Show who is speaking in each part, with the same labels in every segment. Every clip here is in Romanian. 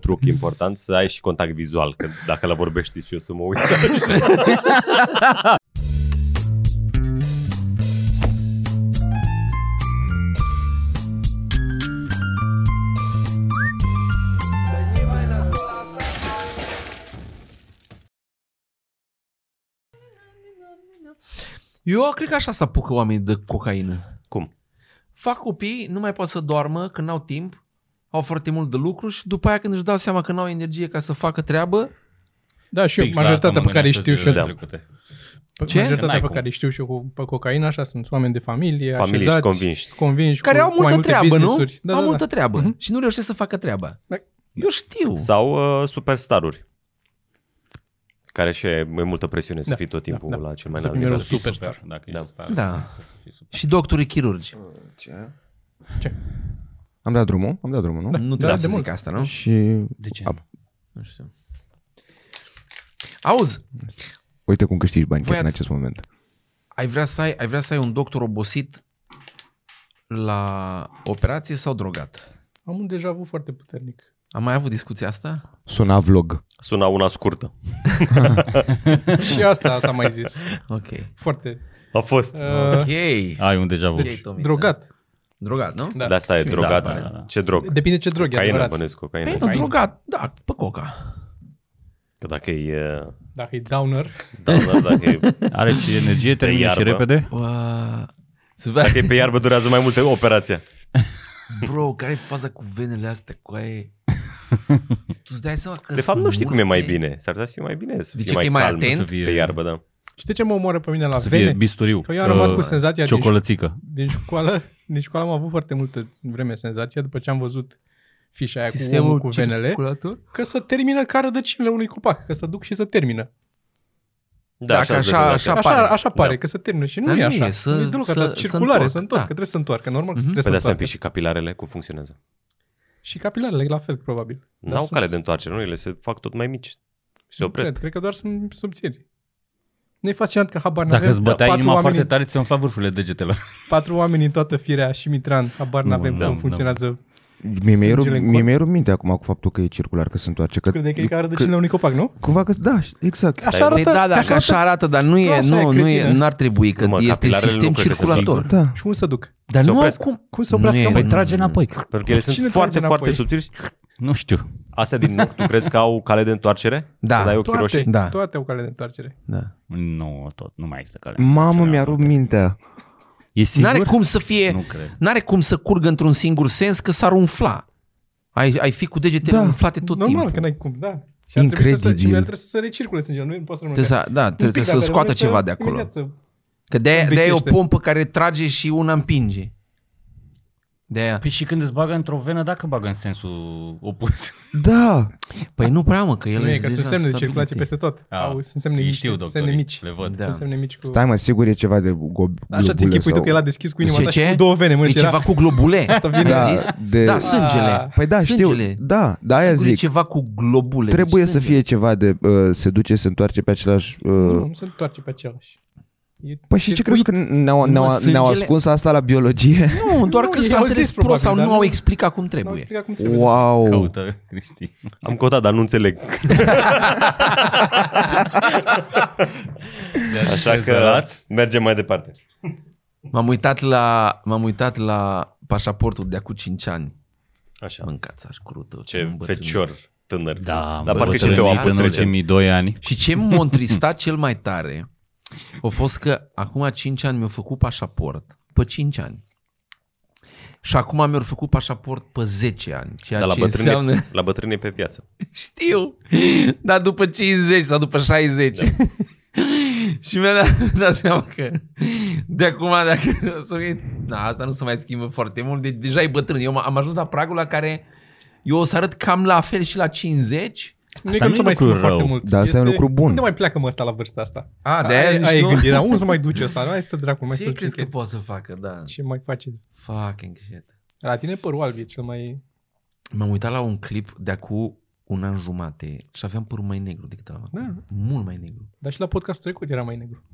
Speaker 1: truc important, să ai și contact vizual, că dacă la vorbești și eu să mă uit.
Speaker 2: Da.
Speaker 3: Eu cred că așa se apucă oamenii de cocaină.
Speaker 1: Cum?
Speaker 3: Fac copii, nu mai pot să doarmă când n-au timp, au foarte mult de lucru și după aia când își dau seama că n-au energie ca să facă treabă,
Speaker 2: Da, și eu,
Speaker 4: Fix la asta
Speaker 2: majoritatea
Speaker 4: mă
Speaker 2: pe care îi
Speaker 4: gândeam
Speaker 2: știu și eu,
Speaker 4: zilele
Speaker 1: eu.
Speaker 4: trecute.
Speaker 2: pe-
Speaker 3: Ce?
Speaker 4: N-ai
Speaker 2: majoritatea pe
Speaker 4: cum.
Speaker 2: care îi știu și eu cu, pe cocaină, așa sunt oameni de familie,
Speaker 1: Familii și
Speaker 2: așezați,
Speaker 1: convinși.
Speaker 2: convinși
Speaker 3: care
Speaker 2: cu,
Speaker 3: au
Speaker 2: cu mai
Speaker 3: multă
Speaker 2: multe
Speaker 3: treabă, nu?
Speaker 2: business-uri. Da,
Speaker 3: au
Speaker 2: da,
Speaker 3: multă
Speaker 2: da.
Speaker 3: treabă
Speaker 2: Mhm.
Speaker 3: și nu reușesc să facă treaba.
Speaker 2: Da.
Speaker 3: Eu știu.
Speaker 1: Sau uh, superstaruri, care și e mai multă presiune să
Speaker 2: Da,
Speaker 1: fii tot
Speaker 2: da,
Speaker 1: timpul
Speaker 2: da.
Speaker 1: la cel mai
Speaker 2: Să
Speaker 1: înalt
Speaker 2: primești
Speaker 1: nivel.
Speaker 4: Să
Speaker 2: un
Speaker 4: fii
Speaker 2: superstar.
Speaker 4: super, Dacă
Speaker 1: Da.
Speaker 4: ești star,
Speaker 3: Da.
Speaker 4: trebuie să fii super.
Speaker 3: Și doctorii chirurgi.
Speaker 5: Ce?
Speaker 2: Ce?
Speaker 5: Am dat drumul, am dat drumul, nu?
Speaker 2: Da.
Speaker 3: Nu trebuie
Speaker 2: de
Speaker 3: să
Speaker 2: mult.
Speaker 3: zic asta, nu?
Speaker 5: Și
Speaker 3: De ce?
Speaker 5: A-
Speaker 3: Nu știu. Auzi,
Speaker 5: uite cum câștigi bani
Speaker 3: Voi
Speaker 5: chiar în
Speaker 3: ați-
Speaker 5: acest moment.
Speaker 3: ai vrea, să ai, ai vrea să ai un doctor obosit la operație sau drogat?
Speaker 2: Am un deja avut foarte puternic.
Speaker 3: Am mai avut discuția asta?
Speaker 5: Suna vlog.
Speaker 1: Suna una scurtă.
Speaker 2: și asta s-a mai zis.
Speaker 3: Ok.
Speaker 2: Uh. Foarte.
Speaker 1: A fost.
Speaker 2: Uh,
Speaker 3: Ok.
Speaker 4: Ai un deja vu.
Speaker 2: Deci-
Speaker 3: Ok, Tomiță.
Speaker 2: drogat.
Speaker 3: Drogat, nu?
Speaker 2: Da.
Speaker 1: De asta e
Speaker 2: Și-
Speaker 1: drogat.
Speaker 4: da, da, da.
Speaker 1: Ce drog?
Speaker 2: Depinde ce drog e
Speaker 1: Cocaină,
Speaker 2: adevărat.
Speaker 1: bănesc, cocaină.
Speaker 3: Păi nu, drogat, da, pe coca.
Speaker 1: Că dacă e... uh,
Speaker 2: Dacă e downer,
Speaker 1: Da, da, dacă e,
Speaker 4: Are și energie, termină și
Speaker 1: iarbă.
Speaker 4: repede.
Speaker 3: Bă, să
Speaker 1: dacă
Speaker 3: vezi,
Speaker 1: e pe iarbă durează mai multe operația.
Speaker 3: bro, care e faza cu venele astea, cu aia Tu îți dai seama că
Speaker 1: De fapt,
Speaker 3: sunt
Speaker 1: nu știi cum e mai
Speaker 3: multe-
Speaker 1: bine. S-ar putea să fie mai bine să
Speaker 3: De
Speaker 1: fii
Speaker 3: ce? Că
Speaker 1: mai,
Speaker 3: e mai
Speaker 1: calm
Speaker 3: atent?
Speaker 4: Să fie,
Speaker 1: pe iarbă, da.
Speaker 2: știi ce mă omoară pe mine la
Speaker 4: să fie uh,
Speaker 2: vene?
Speaker 4: bisturiu.
Speaker 2: Că eu am
Speaker 4: să-
Speaker 2: rămas cu senzația din
Speaker 4: Ciocolățică.
Speaker 2: din școală, din școală am avut foarte multă vreme senzația după ce am văzut fișa aia cu omul cu venele, Păi
Speaker 3: circulator?
Speaker 2: că să termină ca rădăcinile unui copac, că să duc și să termină.
Speaker 1: Da,
Speaker 3: Dacă
Speaker 1: așa,
Speaker 3: așa-
Speaker 1: așa,
Speaker 3: așa-
Speaker 1: așa.
Speaker 2: Așa,
Speaker 3: pare.
Speaker 2: așa pare,
Speaker 1: Da.
Speaker 2: că să termină și nu
Speaker 3: Dar
Speaker 2: e
Speaker 3: nu
Speaker 2: așa.
Speaker 3: e,
Speaker 2: E,
Speaker 3: să-
Speaker 2: să, deloc,
Speaker 3: să-
Speaker 2: să,
Speaker 3: să
Speaker 2: circulare,
Speaker 3: întorc,
Speaker 2: să întorc,
Speaker 3: da.
Speaker 2: că trebuie să întoarcă, normal că
Speaker 3: Mhm.
Speaker 1: Pe
Speaker 2: trebuie să
Speaker 1: Păi de asta
Speaker 2: întoarcă.
Speaker 1: împiși și capilarele, cum funcționează?
Speaker 2: Și capilarele, la fel, probabil. Dar
Speaker 1: N-au
Speaker 2: sunt-
Speaker 1: cale de întoarcere, nu? Ele se fac tot mai mici. Se
Speaker 2: nu
Speaker 1: opresc.
Speaker 2: Cred, cred că doar sunt subțiri. Nu e fascinant că habar
Speaker 4: Dacă
Speaker 2: n-avem
Speaker 4: îți bătea
Speaker 2: Da, patru,
Speaker 4: inima
Speaker 2: oameni,
Speaker 4: foarte tare, ți se umfla vârfurile degetelor.
Speaker 2: patru oameni în toată firea și Mitran, habar
Speaker 4: Nu,
Speaker 3: Mm,
Speaker 2: n-avem
Speaker 4: da,
Speaker 2: cum
Speaker 4: da.
Speaker 2: funcționează.
Speaker 5: Mie mi-e rup,
Speaker 2: Sângele în
Speaker 5: mie
Speaker 2: corp.
Speaker 5: mi-e rup minte acum cu faptul că e circular, că se întoarce. Că,
Speaker 2: Credeai că e ca rădăcinile unui copac, nu?
Speaker 5: Cumva că, da, exact.
Speaker 2: Așa
Speaker 3: Păi
Speaker 2: arată,
Speaker 3: da, da,
Speaker 2: așa
Speaker 3: așa,
Speaker 2: arată.
Speaker 3: așa arată, dar nu
Speaker 2: Că
Speaker 3: e,
Speaker 2: așa e,
Speaker 3: nu, nu e,
Speaker 2: cretină.
Speaker 3: n-ar trebui, că
Speaker 1: Mă,
Speaker 3: este
Speaker 1: capilarele nu
Speaker 3: sistem
Speaker 1: cred că se
Speaker 3: circulator.
Speaker 4: schimbă.
Speaker 5: Da.
Speaker 2: Și unde să duc?
Speaker 3: Dar
Speaker 1: Se
Speaker 3: nu au
Speaker 1: opresc.
Speaker 3: cum.
Speaker 2: Cum să oprească?
Speaker 3: Nu e-
Speaker 2: Păi
Speaker 4: Păi trage înapoi.
Speaker 1: Pentru că ele
Speaker 2: Cine
Speaker 1: sunt
Speaker 2: trage
Speaker 1: foarte,
Speaker 2: înapoi?
Speaker 1: foarte subtili.
Speaker 4: Nu știu.
Speaker 1: Astea din nou, tu crezi că au cale de întoarcere?
Speaker 3: Da.
Speaker 1: Că dai ochii
Speaker 2: Toate,
Speaker 1: roșii?
Speaker 3: Da.
Speaker 2: toate au cale de întoarcere.
Speaker 3: Da.
Speaker 4: Nu, tot. Nu mai este cale.
Speaker 5: Mamă,
Speaker 4: Așa,
Speaker 5: mi-a rupt mintea.
Speaker 4: E sigur?
Speaker 3: N-are cum să fie,
Speaker 4: Nu cred.
Speaker 3: n-are cum să curgă într-un singur sens că s-ar umfla. Ai, ai fi cu degetele
Speaker 5: Da,
Speaker 3: umflate tot
Speaker 2: Normal
Speaker 3: timpul.
Speaker 2: că n-ai cum, da. Și ar trebui să, se- și
Speaker 5: Incredibil.
Speaker 2: mi-ar trebui să se recircule sângele, nu poate să rămână.
Speaker 3: Trebuie să, da,
Speaker 2: Un pic,
Speaker 3: trebuie să
Speaker 2: dar
Speaker 3: scoată
Speaker 2: trebuie să-
Speaker 3: ceva de acolo.
Speaker 2: imediat să-
Speaker 3: Că de-aia, de-aia e o
Speaker 2: Învechește.
Speaker 3: pompă care trage și una împinge. De-aia.
Speaker 4: Păi și când îți bagă într-o venă, dacă bagă în sensul opus?
Speaker 5: Da.
Speaker 3: Păi nu prea, mă, că el
Speaker 2: Nu e,
Speaker 3: este
Speaker 2: că sunt
Speaker 3: deja
Speaker 2: semne de
Speaker 3: stabilit.
Speaker 2: circulație peste tot.
Speaker 4: A,
Speaker 2: Au, sunt semne
Speaker 4: Ei
Speaker 2: mici.
Speaker 4: Ah, știu,
Speaker 2: semne
Speaker 4: doctorii.
Speaker 2: mici.
Speaker 4: Le văd.
Speaker 3: Da.
Speaker 2: Sunt semne mici cu...
Speaker 5: Stai mă, sigur e ceva de gob.
Speaker 2: Așa ți închipui tu că el a deschis cu inima
Speaker 3: Ce,
Speaker 2: ta și
Speaker 3: ce?
Speaker 2: cu două vene, mă,
Speaker 3: E
Speaker 2: și
Speaker 3: ceva
Speaker 2: era...
Speaker 3: cu globule. Asta
Speaker 2: vine.
Speaker 3: da,
Speaker 5: da,
Speaker 3: zis?
Speaker 5: de...
Speaker 3: Da, sângele.
Speaker 5: Păi da, știu.
Speaker 3: Sângele.
Speaker 5: Da, da, aia
Speaker 3: Sigur, e
Speaker 5: zic.
Speaker 3: ceva cu globule.
Speaker 5: Trebuie
Speaker 3: deci
Speaker 5: să
Speaker 3: sângele.
Speaker 5: fie ceva de uh, se duce, se întoarce pe același... Uh...
Speaker 2: Nu, nu se întoarce pe același. E
Speaker 5: Păi și ce crezi
Speaker 2: circuit.
Speaker 5: că ne-au,
Speaker 3: Mă,
Speaker 5: ne-au,
Speaker 3: sângele-
Speaker 5: ne-au ascuns asta la biologie?
Speaker 3: Nu, doar
Speaker 2: Nu,
Speaker 3: că
Speaker 2: ei
Speaker 3: s-a
Speaker 2: au
Speaker 3: înțeles prost
Speaker 2: zis probabil,
Speaker 3: sau
Speaker 2: dar
Speaker 3: nu
Speaker 2: nu-
Speaker 3: au explicat cum
Speaker 2: N-au
Speaker 3: trebuie.
Speaker 2: explicat cum trebuie.
Speaker 5: Wow!
Speaker 4: Caută, Cristi.
Speaker 1: Am căutat, dar nu înțeleg. Așa că
Speaker 4: Sărat.
Speaker 1: mergem mai departe.
Speaker 3: M-am uitat la, m-am uitat la pașaportul de acum 5 ani.
Speaker 1: Așa.
Speaker 3: Mâncați aș curută.
Speaker 1: Ce fecior tânăr.
Speaker 4: Da,
Speaker 1: dar parcă și
Speaker 3: bătrânit,
Speaker 1: Teo a
Speaker 4: în
Speaker 1: fost recent.
Speaker 4: ultimii doi ani.
Speaker 3: Și ce m-a întristat cel mai tare a fost că acum 5 ani mi-au făcut pașaport. Pe 5 ani. Și acum mi-au făcut pașaport pe 10 ani. Ceea
Speaker 1: Dar la
Speaker 3: ce înseamnă...
Speaker 1: bătrâne, la bătrâne e pe viață.
Speaker 3: Știu, dar după 50 sau după 60. Da. și mi-a dat, dat seama că de acum, dacă s-o gândit, na, asta nu se mai schimbă foarte mult, deci deja e bătrân. Eu m- am ajuns la pragul la care eu o să arăt cam la fel și la 50.
Speaker 2: Nu e că
Speaker 4: Asta
Speaker 2: nu
Speaker 4: nu
Speaker 2: se
Speaker 4: e
Speaker 2: mai
Speaker 4: lucru
Speaker 2: schimbă foarte
Speaker 4: rău.
Speaker 2: mult.
Speaker 5: Da, asta e un
Speaker 2: Este-
Speaker 5: lucru bun.
Speaker 2: Unde mai pleacă mă asta la vârsta asta?
Speaker 3: A, de aia zici
Speaker 2: ai
Speaker 3: tu?
Speaker 2: gândit, dar unde să mai duce asta? Hai să dracu, mai
Speaker 3: Ce
Speaker 2: să
Speaker 3: crezi că pot să facă, da.
Speaker 2: Ce mai face?
Speaker 3: Fucking shit.
Speaker 2: La tine părul alb e cel mai...
Speaker 3: M-am uitat la un clip de acum un an jumate și aveam părul mai negru decât la
Speaker 2: Da.
Speaker 3: Mult mai negru.
Speaker 2: Dar și la podcastul trecut era mai negru.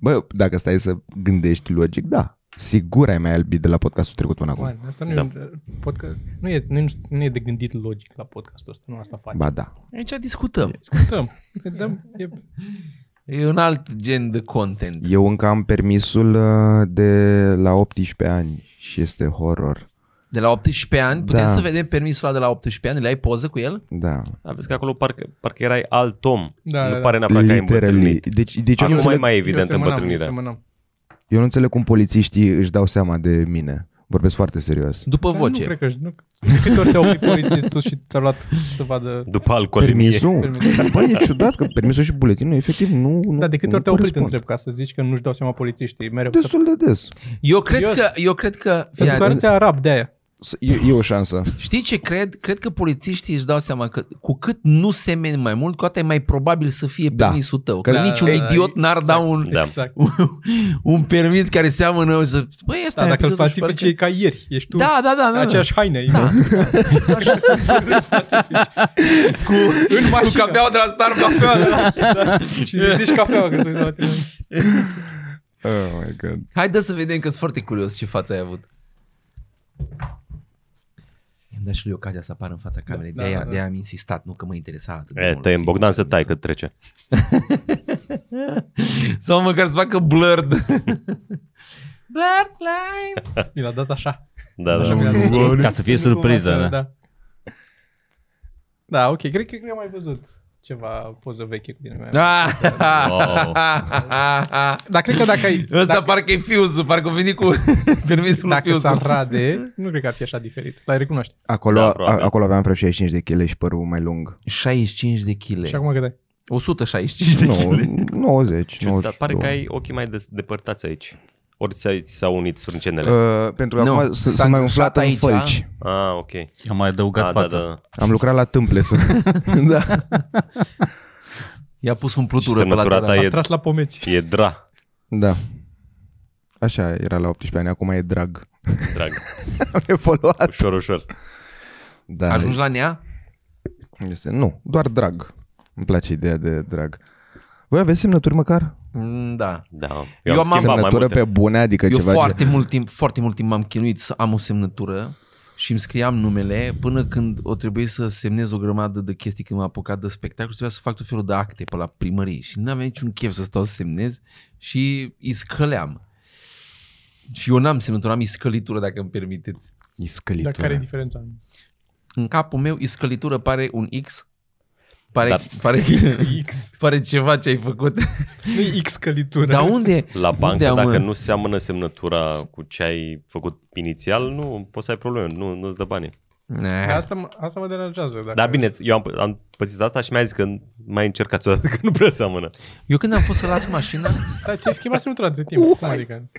Speaker 5: Bă, dacă stai să gândești logic, da. Sigur ai mai albit de la podcastul trecut până acum.
Speaker 2: Man, asta nu, da. e, un podcast, nu, e, nu, e, nu e de gândit logic la podcastul ăsta, nu asta facem.
Speaker 5: Ba da.
Speaker 3: Aici discutăm.
Speaker 2: Discutăm, ne dăm, e,
Speaker 3: E un alt gen de content.
Speaker 5: Eu încă am permisul uh, de la 18 ani și este horror.
Speaker 3: De la 18 ani, putem
Speaker 5: Da.
Speaker 3: să vedem permisul ăla de la 18 ani? Le ai poză cu el?
Speaker 5: Da.
Speaker 1: Da, vezi că acolo parcă, parcă erai alt om.
Speaker 2: Da,
Speaker 1: Da, nu
Speaker 2: da, da.
Speaker 1: pare neapărat că ai
Speaker 5: Literally.
Speaker 1: îmbătrânit.
Speaker 5: Deci, deci eu,
Speaker 1: Acum
Speaker 5: nu
Speaker 1: e
Speaker 5: înțeleg,
Speaker 1: mai
Speaker 2: eu
Speaker 1: evident
Speaker 2: semănam, eu
Speaker 1: îmbătrânirea.
Speaker 2: semănam.
Speaker 5: eu nu înțeleg cum polițiștii își dau seama de mine. Vorbesc foarte serios.
Speaker 3: După
Speaker 2: Dar
Speaker 3: voce.
Speaker 2: Da, Nu cred că nu. De câte ori te-a oprit polițistul și ți-a luat să vadă...
Speaker 1: După alcoolemie.
Speaker 5: Permisul? Bă, e ciudat că permisul și buletinul efectiv nu, nu
Speaker 2: Da, de câte
Speaker 5: nu
Speaker 2: ori te-a oprit,
Speaker 5: corespund.
Speaker 2: întreb, ca să zici că nu-și dau seama polițiștii. Mereu să...
Speaker 5: Destul de des.
Speaker 3: Eu cred
Speaker 2: Serios?
Speaker 3: că, eu cred că, fii
Speaker 2: Pentru că
Speaker 3: atent.
Speaker 2: arăți arab de aia.
Speaker 5: S- E, e o șansă.
Speaker 3: știi ce cred? Cred că polițiștii își dau seama că cu cât nu semeni mai mult, cu atât e mai probabil să fie
Speaker 5: Da.
Speaker 3: permisul tău. Că
Speaker 5: Că-
Speaker 3: da, niciun
Speaker 2: da, da,
Speaker 3: idiot n-ar da un,
Speaker 1: Da.
Speaker 2: Exact.
Speaker 3: un permis care seamănă să... Băi, ăsta
Speaker 2: Da,
Speaker 3: e
Speaker 2: dacă îl
Speaker 3: totuși
Speaker 2: falsifici
Speaker 3: parcă-
Speaker 2: e ca ieri. Ești tu
Speaker 3: Da, da, da. da, da.
Speaker 2: aceeași haine. Da. cu, în mașină.
Speaker 3: Cu cafeaua de la Starbucks.
Speaker 2: Cafeaua, da, da. Și ridici cafeaua că se uită la tine.
Speaker 5: Oh my god.
Speaker 3: Hai dă să vedem că sunt foarte curios ce față ai avut. Îmi dă și lui ocazia să apară în fața camerei.
Speaker 2: da,
Speaker 3: de, aia,
Speaker 2: da.
Speaker 3: de aia am insistat, nu că mă interesa atât. de
Speaker 1: E,
Speaker 3: mult.
Speaker 1: tăiem Bogdan să tai cât trece.
Speaker 3: Sau măcar să facă blurred. blurred lines.
Speaker 2: Mi l-a dat așa.
Speaker 1: Da,
Speaker 2: Așa
Speaker 1: da.
Speaker 2: mi l-a dat.
Speaker 4: Ca să fie surpriză, da.
Speaker 2: da. Da, ok, cred că cred că am mai văzut ceva poză veche cu tine. mea.
Speaker 3: Ah,
Speaker 4: Wow.
Speaker 2: Dar cred că dacă ai...
Speaker 3: Ăsta
Speaker 2: dacă-
Speaker 3: parcă e fiuzul, parcă a venit cu permisul lui
Speaker 2: dacă s-ar
Speaker 3: fiuzul.
Speaker 2: rade, nu cred că ar fi așa diferit. L-ai recunoaște.
Speaker 5: Acolo,
Speaker 1: Da,
Speaker 5: da, a,
Speaker 1: probabil.
Speaker 5: acolo aveam vreo 65 de kg și părul mai lung.
Speaker 3: 65 de kg.
Speaker 2: Și acum cât ai?
Speaker 3: 165 de
Speaker 5: Nu,
Speaker 3: kg.
Speaker 5: 90,
Speaker 1: Ciudat,
Speaker 5: 90.
Speaker 1: Dar pare că ai ochii mai des- depărtați aici. Ori ți-ai- ți s-au unit sprâncenele.
Speaker 5: Uh, pentru că
Speaker 3: Nu,
Speaker 5: acum s-
Speaker 3: s-a
Speaker 5: sunt mai
Speaker 3: îngreșat
Speaker 5: umflat în
Speaker 3: aici,
Speaker 5: fălci.
Speaker 1: Ah, ok.
Speaker 4: Am mai adăugat
Speaker 1: Ah, da,
Speaker 4: fața.
Speaker 1: da, da.
Speaker 5: Am lucrat la tâmple. Să... da.
Speaker 3: I-a pus un
Speaker 1: Și
Speaker 3: plutură pe
Speaker 1: semnătura
Speaker 3: la
Speaker 1: ta
Speaker 2: A
Speaker 1: e,
Speaker 2: tras la pomeți.
Speaker 1: e dra,
Speaker 5: da. Așa era la 18 ani, acum e drag.
Speaker 1: drag.
Speaker 5: Am evoluat.
Speaker 1: Ușor, ușor.
Speaker 5: Da,
Speaker 3: Ajungi la nea?
Speaker 5: este... Nu, doar drag. Îmi place ideea de drag. Voi aveți semnături măcar?
Speaker 3: Mm, Da.
Speaker 1: Da. Eu,
Speaker 3: Eu
Speaker 1: eu am
Speaker 3: am-
Speaker 1: schimbat mai
Speaker 5: Semnătură
Speaker 1: multe.
Speaker 5: pe bune, adică
Speaker 3: Eu
Speaker 5: ceva
Speaker 3: foarte mult timp, foarte mult timp m-am chinuit să am o semnătură și îmi scriam numele până când o trebuie să semnez o grămadă de chestii când m-am apucat de spectacol și trebuia să fac tot felul de acte pe la primărie și n-aveam niciun chef să stau să semnez și îi scăleam. Și eu n-am semnătură, am iscălitură dacă îmi permiteți.
Speaker 2: Dar care
Speaker 5: E
Speaker 2: e
Speaker 5: scălitură.
Speaker 2: diferența?
Speaker 3: În capul meu iscălitură pare un X, pare,
Speaker 5: Da.
Speaker 1: Dar-
Speaker 3: pare,
Speaker 2: X.
Speaker 3: pare ceva ce ai făcut.
Speaker 2: Nu e X călitură.
Speaker 3: Dar unde?
Speaker 1: La bancă,
Speaker 3: unde,
Speaker 1: dacă
Speaker 3: mă?
Speaker 1: nu seamănă semnătura cu ce ai făcut inițial, nu poți să ai probleme, nu, nu-ți dă bani.
Speaker 3: Ne.
Speaker 2: Păi Asta, mă- asta mă deranjează. Dacă...
Speaker 3: Da,
Speaker 1: Dar bine, eu am, am pățit asta și mi-a zis că mai încercați o dată, că nu prea seamănă.
Speaker 3: Eu când am fost să las mașina,
Speaker 2: Dar ți-ai schimbat semnătura între timp. Cum adică?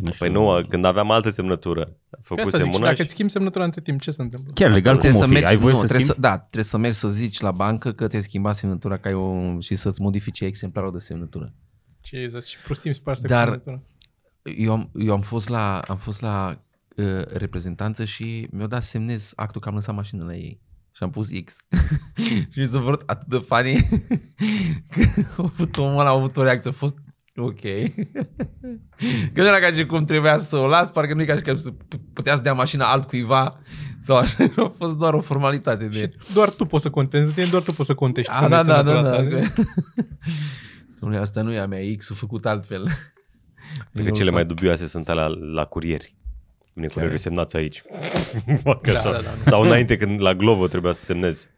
Speaker 4: Nu știu.
Speaker 1: Păi nu, când aveam altă semnătură,
Speaker 2: Pe
Speaker 1: făcusem
Speaker 2: asta zic, și
Speaker 1: una
Speaker 2: dacă
Speaker 1: și...
Speaker 2: îți schimbi semnătura între timp, ce se întâmplă?
Speaker 4: Chiar legal cum
Speaker 3: Trebuie
Speaker 4: o
Speaker 3: să
Speaker 4: fi?
Speaker 3: mergi,
Speaker 4: Ai voie
Speaker 3: nu,
Speaker 4: să
Speaker 3: trebuie
Speaker 4: schimbi?
Speaker 3: să, Da, trebuie să mergi să zici la bancă că te-ai schimbat semnătura ca eu, și să-ți modifice exemplarul de semnătură.
Speaker 2: Jesus, și prostim se pare asta
Speaker 3: Dar-
Speaker 2: cu semnătura.
Speaker 3: Eu am, eu am fost la, am fost la uh, reprezentanță și mi-au dat să semnez actul că am lăsat mașina la ei. Și am pus X. și mi s-a părut atât de funny că a avut omul ăla, a avut o reacție. A fost ok. că nu era ca și cum trebuia să o las, parcă nu e ca și cum să putea să dea mașina altcuiva sau așa. A fost doar o formalitate de...
Speaker 2: Și doar tu poți să contezi, între timp doar tu poți să contești.
Speaker 3: A,
Speaker 2: care
Speaker 3: da,
Speaker 2: e
Speaker 3: da, da,
Speaker 2: semnătura
Speaker 3: da.
Speaker 2: ta.
Speaker 3: Domnule, asta nu e a mea, X-ul făcut altfel.
Speaker 1: Cred că cele mai dubioase sunt alea la curieri. Vine curierul semnați aici. Fac așa.
Speaker 2: da, da.
Speaker 1: Sau înainte când la Glovo trebuia să semnezi.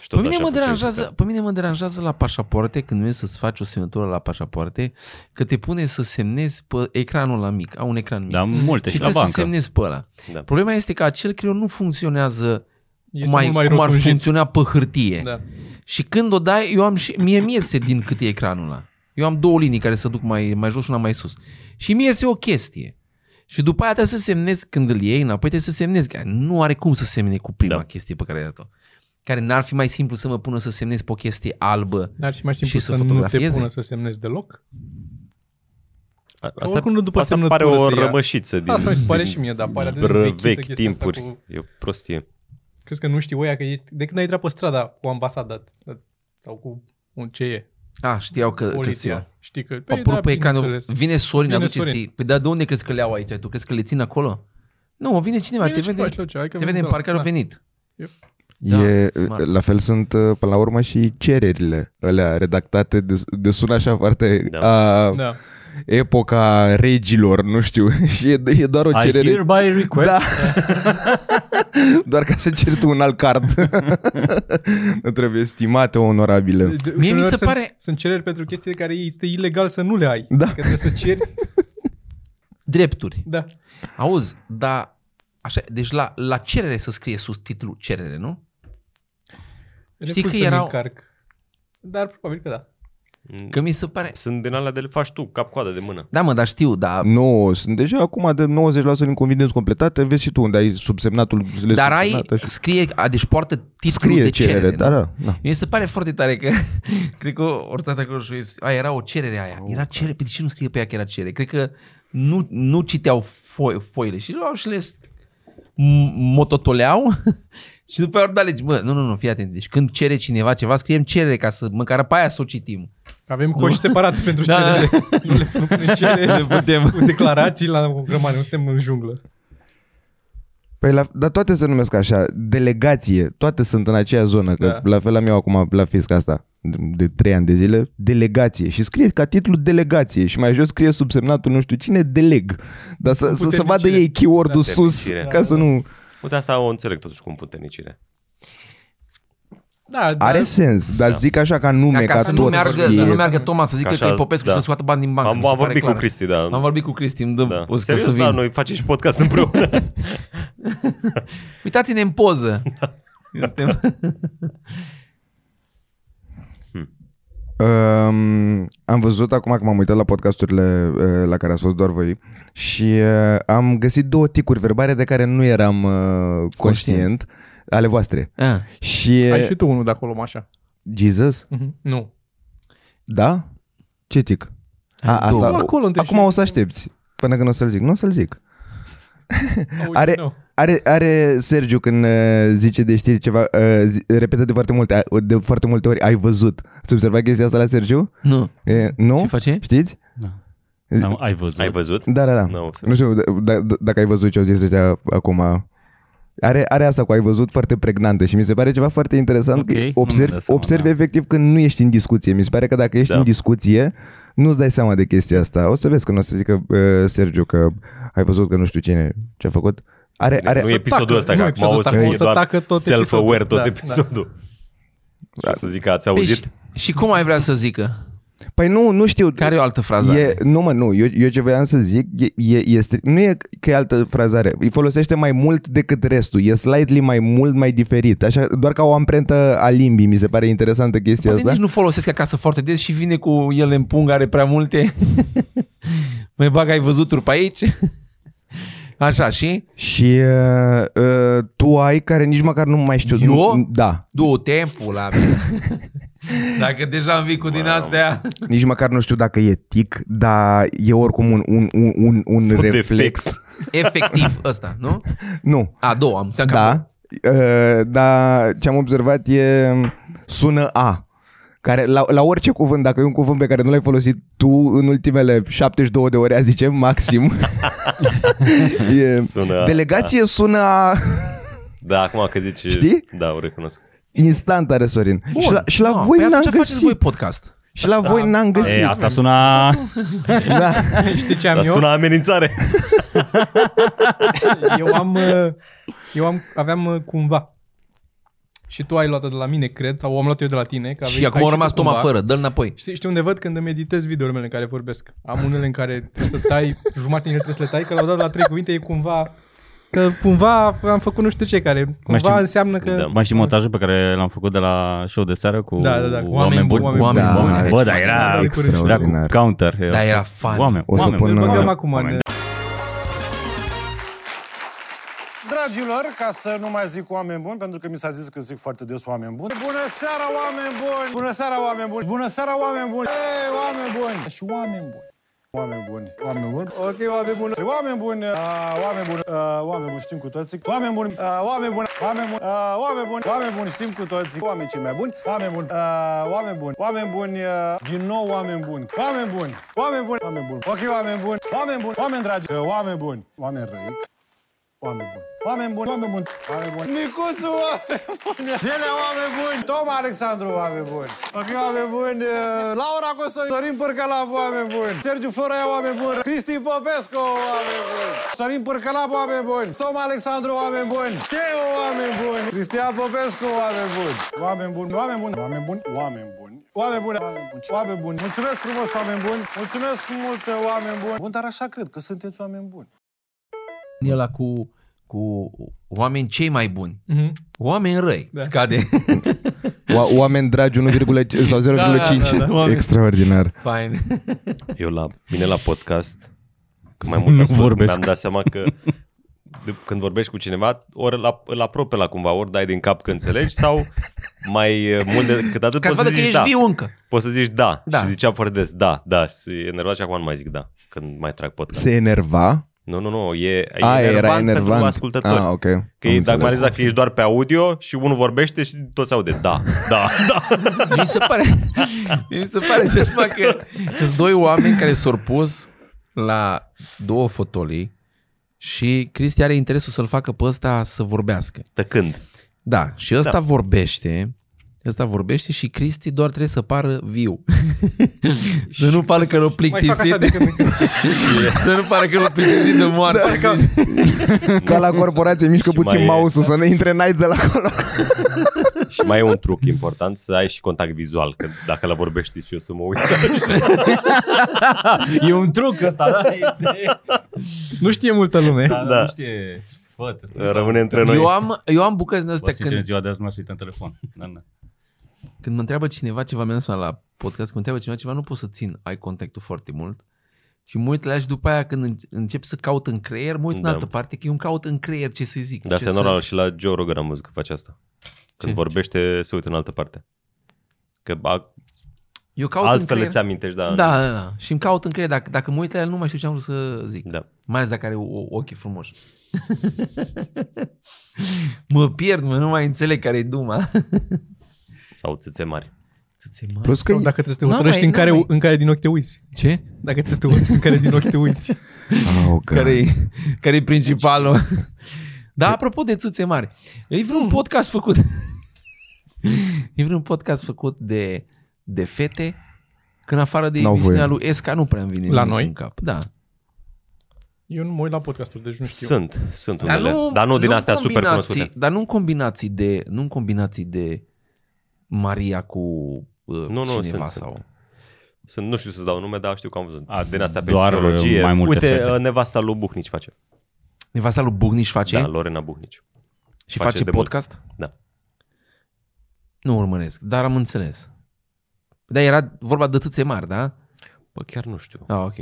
Speaker 1: Și
Speaker 3: Pe
Speaker 1: tot
Speaker 3: mine,
Speaker 1: așa
Speaker 3: mă
Speaker 1: făceai.
Speaker 3: deranjează, pe mine mă deranjează la pașapoarte, când vezi să-ți faci o semnătură la pașapoarte, că te pune să semnezi pe ecranul la mic. Au un ecran mic.
Speaker 4: Da, multe
Speaker 3: și
Speaker 4: și la
Speaker 3: trebuie să
Speaker 4: bancă.
Speaker 3: semnezi pe ăla.
Speaker 1: Da.
Speaker 3: Problema este că acel creion nu funcționează
Speaker 2: Este
Speaker 3: cum, ai,
Speaker 2: mult mai
Speaker 3: cum ar
Speaker 2: rotunjit.
Speaker 3: funcționa pe hârtie.
Speaker 2: Da.
Speaker 3: Și când o dai, eu am și, mie mi iese din cât e ecranul ăla. Eu am două linii care se duc mai, mai jos și una mai sus. Și mie iese o chestie. Și după aia trebuie să semnezi când îl iei înapoi, trebuie să semnezi. Că Nu are cum să semne cu prima da.
Speaker 1: Da.
Speaker 3: chestie pe care ai dat-o. Care n-ar fi mai simplu să mă pună să semnez pe o chestie albă.
Speaker 2: Dar ar fi mai simplu
Speaker 3: Și
Speaker 2: să,
Speaker 3: să
Speaker 2: nu te
Speaker 3: fotografieze.
Speaker 2: pună să semnezi deloc.
Speaker 1: A-
Speaker 2: oricum nu după
Speaker 1: asta
Speaker 2: semnătură
Speaker 1: pare o
Speaker 2: te ia.
Speaker 1: rămășiță din,
Speaker 2: Asta mi se pare și mie, dar pare atât de
Speaker 1: bră
Speaker 2: vechită
Speaker 1: vechi
Speaker 2: chestia asta
Speaker 1: timpuri.
Speaker 2: Cu...
Speaker 1: E o prostie.
Speaker 2: Crezi că nu știu oia că e, de când ai intrat pe strada cu ambasada t- sau cu da, un ce e?
Speaker 3: A, știau că, că
Speaker 2: Poliția. Știi că...
Speaker 3: Păi, Apar da, pe ecranul,
Speaker 2: bineînțeles.
Speaker 3: vine Sorin,
Speaker 2: Vine
Speaker 3: aduceți
Speaker 2: Sorin.
Speaker 3: Păi da, de unde crezi că le iau aici? Tu crezi că le țin acolo? Nu, vine cineva,
Speaker 2: Bine,
Speaker 3: te
Speaker 2: ce
Speaker 3: vede,
Speaker 2: faci, Lucio? Hai că Da.
Speaker 3: te vede
Speaker 2: vin
Speaker 3: în
Speaker 2: de
Speaker 3: parcă
Speaker 2: la-
Speaker 3: au venit. Da,
Speaker 5: Da, e,
Speaker 3: smart.
Speaker 5: la fel sunt, uh, până la urmă, și cererile alea redactate de, de sună așa foarte
Speaker 1: Da.
Speaker 5: da. a da.
Speaker 2: Da.
Speaker 5: epoca regilor, nu știu. și e, e doar o
Speaker 4: I
Speaker 5: cerere,
Speaker 4: hereby request.
Speaker 5: Da. doar ca să ceri tu un alt card. nu trebuie stimate onorabile.
Speaker 2: De-
Speaker 3: mi se
Speaker 2: uneori sunt-
Speaker 3: pare-
Speaker 2: Sunt cereri pentru chestii de care este ilegal să nu le ai.
Speaker 5: Da.
Speaker 2: Că trebuie să ceri.
Speaker 3: Drepturi.
Speaker 2: Da.
Speaker 3: Auzi, dar așa, deci la, la cerere să scrie sus titlul cerere, nu?
Speaker 2: Refuz
Speaker 3: că
Speaker 2: să-mi
Speaker 3: erau-
Speaker 2: Încarc. Dar probabil că da.
Speaker 3: Că mi se pare...
Speaker 1: Sunt din alea de le faci tu, cap-coadă de mână.
Speaker 3: Da, mă, dar știu, dar...
Speaker 5: Nu, sunt deja acum de 90% din convenienți completate, vezi și tu unde ai subsemnatul. le
Speaker 3: Dar ai,
Speaker 5: subsemnat, așa.
Speaker 3: scrie, a, deci poartă titlul
Speaker 5: scrie
Speaker 3: de cerere,
Speaker 5: cerere, da,
Speaker 3: nu?
Speaker 5: da, da.
Speaker 3: Mi se pare foarte tare că cred că Orțat acolo și a, era o cerere aia.
Speaker 5: da.
Speaker 3: Era cerere, pe de ce nu scrie pe ea că era cerere? Cred că nu, nu citeau fo- foile și luau și le s- m- mototoleau și după aia ori da legi. Bă, nu, nu, nu, fii atent. Deci când cere cineva ceva, scriem cerere ca să măcar pe aia să o citim.
Speaker 2: Avem coși separat pentru
Speaker 3: Da, da,
Speaker 2: cerere. Nu le nu punem cerere cu declarații la o grămadă. Nu suntem în junglă.
Speaker 5: Păi la, dar toate se numesc așa, delegație, toate sunt în aceea zonă, că
Speaker 2: Da.
Speaker 5: da. la fel am eu acum la fisc asta, de, de trei ani de zile, delegație și scrie ca titlu delegație și mai jos scrie subsemnatul nu știu cine, deleg, dar să, să, să vadă
Speaker 2: puternicire.
Speaker 5: ei keyword-ul
Speaker 1: Da,
Speaker 5: sus
Speaker 1: puternicire.
Speaker 5: ca să nu...
Speaker 1: Uite, asta o înțeleg totuși cu împuternicire.
Speaker 2: Da, dar
Speaker 5: Are sens, dar
Speaker 1: Da.
Speaker 5: zic așa ca nume, ca,
Speaker 3: ca să, nu
Speaker 5: tot
Speaker 3: meargă,
Speaker 5: e...
Speaker 3: să nu meargă Toma să zică
Speaker 1: Ca
Speaker 3: că e
Speaker 1: așa,
Speaker 3: Popescu
Speaker 1: da.
Speaker 3: să scoată bani din bancă. mi
Speaker 1: Am,
Speaker 3: se
Speaker 1: am
Speaker 3: pare
Speaker 1: vorbit cu
Speaker 3: clar.
Speaker 1: Cristi, da.
Speaker 3: Am vorbit cu Cristi, îmi dă
Speaker 1: da.
Speaker 3: o să, să
Speaker 1: Serios,
Speaker 3: vin.
Speaker 1: da, noi facem și podcast împreună.
Speaker 3: Uitați-ne în poză.
Speaker 1: Da.
Speaker 3: Suntem...
Speaker 5: Um, am văzut acum că m-am uitat la podcasturile uh, la care ați fost doar voi și uh, am găsit două ticuri verbale de care nu eram uh, conștient, ale voastre.
Speaker 3: Ah.
Speaker 5: Și
Speaker 2: ai și tu unul de acolo, așa.
Speaker 5: Jesus?
Speaker 2: Mhm. Nu.
Speaker 5: Da? Ce tic? A,
Speaker 3: Ai două.
Speaker 5: asta,
Speaker 2: Acolo întâi
Speaker 5: acum
Speaker 2: și-
Speaker 5: o să aștepți până când o să-l zic. Nu o să-l zic.
Speaker 2: Auzi,
Speaker 5: Are-
Speaker 2: nu.
Speaker 5: Are, are Sergiu când uh, zice de știri ceva, uh, zi, repetă de foarte, multe, de foarte multe ori, ai văzut. Ați observat chestia asta la Sergiu?
Speaker 3: Nu.
Speaker 5: E, nu?
Speaker 3: Ce face?
Speaker 5: Știți?
Speaker 4: Da. Am- Ai văzut?
Speaker 1: Ai văzut?
Speaker 5: Da, da, da.
Speaker 1: N-am observat.
Speaker 5: nu știu d- d- dacă ai văzut ce au zis ăștia acum. Are, are asta cu ai văzut foarte pregnantă și mi se pare ceva foarte interesant
Speaker 4: Ok,
Speaker 5: că
Speaker 4: nu-mi
Speaker 5: observi,
Speaker 4: dau seama,
Speaker 5: observi
Speaker 4: da.
Speaker 5: efectiv când nu ești în discuție. Mi se pare că dacă ești
Speaker 1: Da.
Speaker 5: da. în discuție, nu-ți dai seama de chestia asta. O să vezi când o să zică uh, Sergiu că ai văzut că nu știu cine ce a făcut. Are, are,
Speaker 1: nu e episodul
Speaker 2: tacă,
Speaker 1: ăsta,
Speaker 2: nu
Speaker 1: că
Speaker 2: e
Speaker 1: acum
Speaker 2: episodul
Speaker 1: o
Speaker 2: ăsta,
Speaker 1: să
Speaker 2: acum o
Speaker 1: fie
Speaker 2: să
Speaker 1: doar
Speaker 2: tacă tot
Speaker 1: self-aware tot
Speaker 2: episodul. Da,
Speaker 1: episodul. Și o să zic că ați auzit?
Speaker 3: Păi și, și cum ai vrea să zică?
Speaker 5: Păi nu, nu știu.
Speaker 3: Care e o altă frază?
Speaker 5: E, nu mă, nu, eu, eu ce voiam să zic e, e, este, nu e că e altă frazare, îi folosește mai mult decât restul, e slightly mai mult, mai diferit, așa, doar ca o amprentă a limbii, mi se pare interesantă chestia
Speaker 3: Poate nici
Speaker 5: asta.
Speaker 3: nu folosesc acasă foarte des și vine cu el în pung, are prea multe. Mai bag, ai văzut pe aici? Așa, și?
Speaker 5: Și uh, uh, tu ai care nici măcar nu mai știu.
Speaker 3: Eu?
Speaker 5: Nu, da,
Speaker 3: Du timpul la mine. Dacă deja am vii cu din astea,
Speaker 5: nici măcar nu știu dacă e tic, dar e oricum un, un, un, un, un
Speaker 1: Sunt
Speaker 5: reflex.
Speaker 1: defect.
Speaker 3: efectiv ăsta, nu?
Speaker 5: Nu,
Speaker 3: A, două am. Seam
Speaker 5: da, uh, dar ce am observat e sună A. Care la, la orice cuvânt, dacă e un cuvânt pe care nu l-ai folosit tu în ultimele 72 de ore, a zice maxim. e,
Speaker 1: Sună A,
Speaker 5: delegație sună a...
Speaker 1: Da, acum că zici...
Speaker 5: Știi?
Speaker 1: Da, o recunosc.
Speaker 5: Instant are Sorin. și la, și la voi
Speaker 3: păi
Speaker 5: n-am
Speaker 3: atunci faceți
Speaker 5: găsit.
Speaker 3: voi podcast.
Speaker 5: Și la voi n-am găsit.
Speaker 4: E, asta suna...
Speaker 5: Da.
Speaker 2: Știi ce am
Speaker 1: Dar
Speaker 2: eu?
Speaker 1: sună amenințare.
Speaker 2: Eu am, uh, eu am, aveam uh, cumva. Și tu ai luat-o de la mine, cred, sau am luat eu de la tine. Că aveai-
Speaker 3: și acum
Speaker 2: ai
Speaker 3: a rămas
Speaker 2: tu cumva.
Speaker 3: Toma fără, dă-l înapoi.
Speaker 2: Știi, știi unde văd când îmi editez videourile mele în care vorbesc. Am unele în care trebuie să tai, jumătate din ele trebuie să le tai, că la dat la trei cuvinte e cumva... Că cumva am făcut nu știu ce care. Cumva
Speaker 4: știu-
Speaker 2: înseamnă că...
Speaker 1: Da.
Speaker 4: Mai știi montajul pe care l-am făcut de la show de seară cu
Speaker 2: Da, da, da, cu
Speaker 4: oameni,
Speaker 2: oameni
Speaker 4: buni?
Speaker 2: buni, oameni
Speaker 5: Da,
Speaker 4: buni.
Speaker 5: hai,
Speaker 4: Bă,
Speaker 5: ce
Speaker 4: dar
Speaker 3: fain,
Speaker 4: era,
Speaker 2: da,
Speaker 4: era cu
Speaker 5: extraordinar.
Speaker 4: counter. era-
Speaker 3: Dar era fan.
Speaker 4: Oameni,
Speaker 5: O să
Speaker 4: oameni,
Speaker 5: pun,
Speaker 4: buni.
Speaker 2: Îl băgăm
Speaker 5: Până-
Speaker 2: acum în...
Speaker 6: Dragilor, ca să nu mai zic oameni buni, pentru că mi s-a zis că zic foarte des oameni buni. Bună seara, oameni buni! Bună seara, oameni buni! Bună seara, oameni buni! Ei, oameni buni! Și oameni buni! Oameni buni, oameni buni, ok, oameni buni, oameni buni, a, oameni buni, a, oameni buni, știm cu toții, oameni buni, a, oameni buni, oameni buni, a, oameni buni, oameni buni, știm cu toții, oameni cei mai buni, oameni buni, a, oameni buni, oameni buni, a, din nou oameni buni, oameni buni, oameni buni, oameni buni, ok, oameni buni, oameni buni, oameni dragi, Uh, oameni buni, oameni răi, Oameni buni! Oameni buni! Oameni buni! Oameni buni! Micuțu, oameni buni! Ele, oameni buni! Toma Alexandru, oameni buni! Ok, oameni buni! eh, Laura Cosoi, Sorin Pârcălap, oameni buni! Sergiu Florea, oameni buni! Cristi Popescu, oameni buni! Sorin Pârcălap, oameni buni! Toma Alexandru, oameni buni! Teo, oameni buni! Cristian Popescu, oameni buni! Oameni buni! Oameni buni! Oameni buni! Oameni buni! Oameni buni, oameni buni, oameni buni. Mulțumesc frumos, oameni buni. Mulțumesc mult, eh, oameni buni. Bun, dar așa cred că sunteți oameni buni.
Speaker 3: E la cu, cu oameni cei mai buni.
Speaker 2: Mhm.
Speaker 3: Oameni răi. Da.
Speaker 2: Da.
Speaker 3: Scade.
Speaker 5: O- oameni dragi 1,5 sau 0,5.
Speaker 3: Da, da, da, da.
Speaker 5: Extraordinar.
Speaker 3: Fain.
Speaker 1: Eu la mine la podcast, că mai mult ascult,
Speaker 5: vorbesc.
Speaker 1: mi-am dat seama că de, când vorbești cu cineva, ori îl, ap- îl aprope la cumva, ori dai din cap că înțelegi sau mai eh, mult decât atât
Speaker 3: Ca să
Speaker 1: poți
Speaker 3: vadă
Speaker 1: să
Speaker 3: că
Speaker 1: zici
Speaker 3: ești
Speaker 1: da.
Speaker 3: viu încă.
Speaker 1: Poți să zici da.
Speaker 3: Da.
Speaker 1: da. Și zicea foarte des da, da. Și e enervat și acum nu mai zic da când mai trag podcast.
Speaker 5: Se enerva?
Speaker 1: Nu, nu, nu, e, e
Speaker 5: A,
Speaker 1: enervant
Speaker 5: era
Speaker 1: pentru
Speaker 5: enervant.
Speaker 1: ascultători.
Speaker 5: Ah, ok. Am
Speaker 1: Că e, dacă mai
Speaker 5: înțeles.
Speaker 1: ales dacă ești doar pe audio și unul vorbește și tot se aude da, da, da.
Speaker 3: Mi se pare, mi se pare de seama că sunt doi oameni care s-au pus la două fotolii și Cristi are interesul să-l facă pe ăsta să vorbească.
Speaker 1: Tăcând.
Speaker 3: Da, și ăsta da.
Speaker 1: Da.
Speaker 3: vorbește, ăsta vorbește și Cristi doar trebuie să pară viu. să nu pară că l-o
Speaker 2: Mai fac așa
Speaker 3: plictisit,
Speaker 2: de când în când.
Speaker 3: să nu pară că l-o plictisit de moarte. Da,
Speaker 5: Ca la corporație mișcă
Speaker 1: Și
Speaker 5: puțin
Speaker 1: mai e-
Speaker 5: mouse-ul să ne intre n de la acolo.
Speaker 1: Și mai e un truc important, să ai și contact vizual, că dacă la vorbești și eu să mă uit.
Speaker 4: E un truc ăsta, da? Este...
Speaker 2: Nu știe multă lume.
Speaker 4: Da, da.
Speaker 1: Da.
Speaker 4: Nu știe. Fă, te strângi.
Speaker 1: Rămâne între noi.
Speaker 3: eu, am, eu am bucăți din
Speaker 4: Bă,
Speaker 3: astea
Speaker 4: sincer,
Speaker 3: când,
Speaker 4: în ziua de azi nu aș uita în telefon. Da, da.
Speaker 3: Când mă întreabă cineva ceva, mi-am zis la podcast, când mă întreabă cineva ceva, nu pot să țin ai contactul foarte mult. Și mă uit la ea și după aia când în- încep să caut în creier, mă uit în
Speaker 1: Da.
Speaker 3: altă parte, că eu îmi caut în creier ce să zic.
Speaker 1: Dar
Speaker 3: ce
Speaker 1: se
Speaker 3: să...
Speaker 1: normal și la Joe Rogan am văzut că face asta. Când
Speaker 3: Ce?
Speaker 1: vorbește, se uită în altă parte. Că a,
Speaker 3: Eu caut în
Speaker 1: altfel
Speaker 3: creier.
Speaker 1: îți amintești, dar...
Speaker 3: da, da, da. Și îmi caut în creier. Dacă, dacă mă uit la el, nu mai știu ce am vrut să zic.
Speaker 1: da.
Speaker 3: Mai ales dacă are o, o- ochii frumoși. mă pierd, mă, nu mai înțeleg care e Duma.
Speaker 1: Sau țâțe mari.
Speaker 3: Să-ți mai-
Speaker 5: Plus că
Speaker 2: Sau dacă trebuie să te
Speaker 3: N-am
Speaker 2: hotărăști
Speaker 3: mai-
Speaker 2: în
Speaker 3: n-am
Speaker 2: care,
Speaker 3: mai-
Speaker 2: în care din ochi te uiți.
Speaker 3: Ce?
Speaker 2: Dacă trebuie să te hotărăști în care din ochi te uiți.
Speaker 5: Oh, God.
Speaker 1: uh,
Speaker 3: care e, care e principalul. Da, apropo de țâțe mari, e vreun podcast făcut. E vreun podcast făcut de, de fete, când afară de
Speaker 5: N-au
Speaker 3: emisiunea
Speaker 5: voie.
Speaker 3: lui Esca nu prea îmi vine
Speaker 2: La
Speaker 3: nimic
Speaker 2: noi?
Speaker 3: în cap. Da.
Speaker 2: Eu nu mă uit la podcasturi, deci nu știu.
Speaker 1: Sunt, sunt unele. Dar nu, dar nu din
Speaker 3: în
Speaker 1: astea super
Speaker 3: combinații-
Speaker 1: cunoscute.
Speaker 3: Dar nu în combinații de, nu în combinații de Maria cu uh, nu,
Speaker 1: nu,
Speaker 3: nu,
Speaker 1: sunt,
Speaker 3: cineva
Speaker 1: sunt.
Speaker 3: sau... Sunt.
Speaker 1: Sunt, nu știu să dau nume, dar știu că am văzut.
Speaker 4: A,
Speaker 1: din astea pe
Speaker 4: doar, uh,
Speaker 1: psihologie.
Speaker 4: mai multe
Speaker 1: Uite, uh,
Speaker 4: fete.
Speaker 1: nevasta lui Buhnici face.
Speaker 3: Nevasta lui Bugniș face
Speaker 1: Da, Lorena Buhnici.
Speaker 3: și
Speaker 1: face
Speaker 3: face,
Speaker 1: de mult.
Speaker 3: podcast?
Speaker 1: Da.
Speaker 3: Nu urmăresc, dar am înțeles. Dar era vorba de țâțe mari, da?
Speaker 1: Bă, chiar nu știu.
Speaker 3: Ah, ok.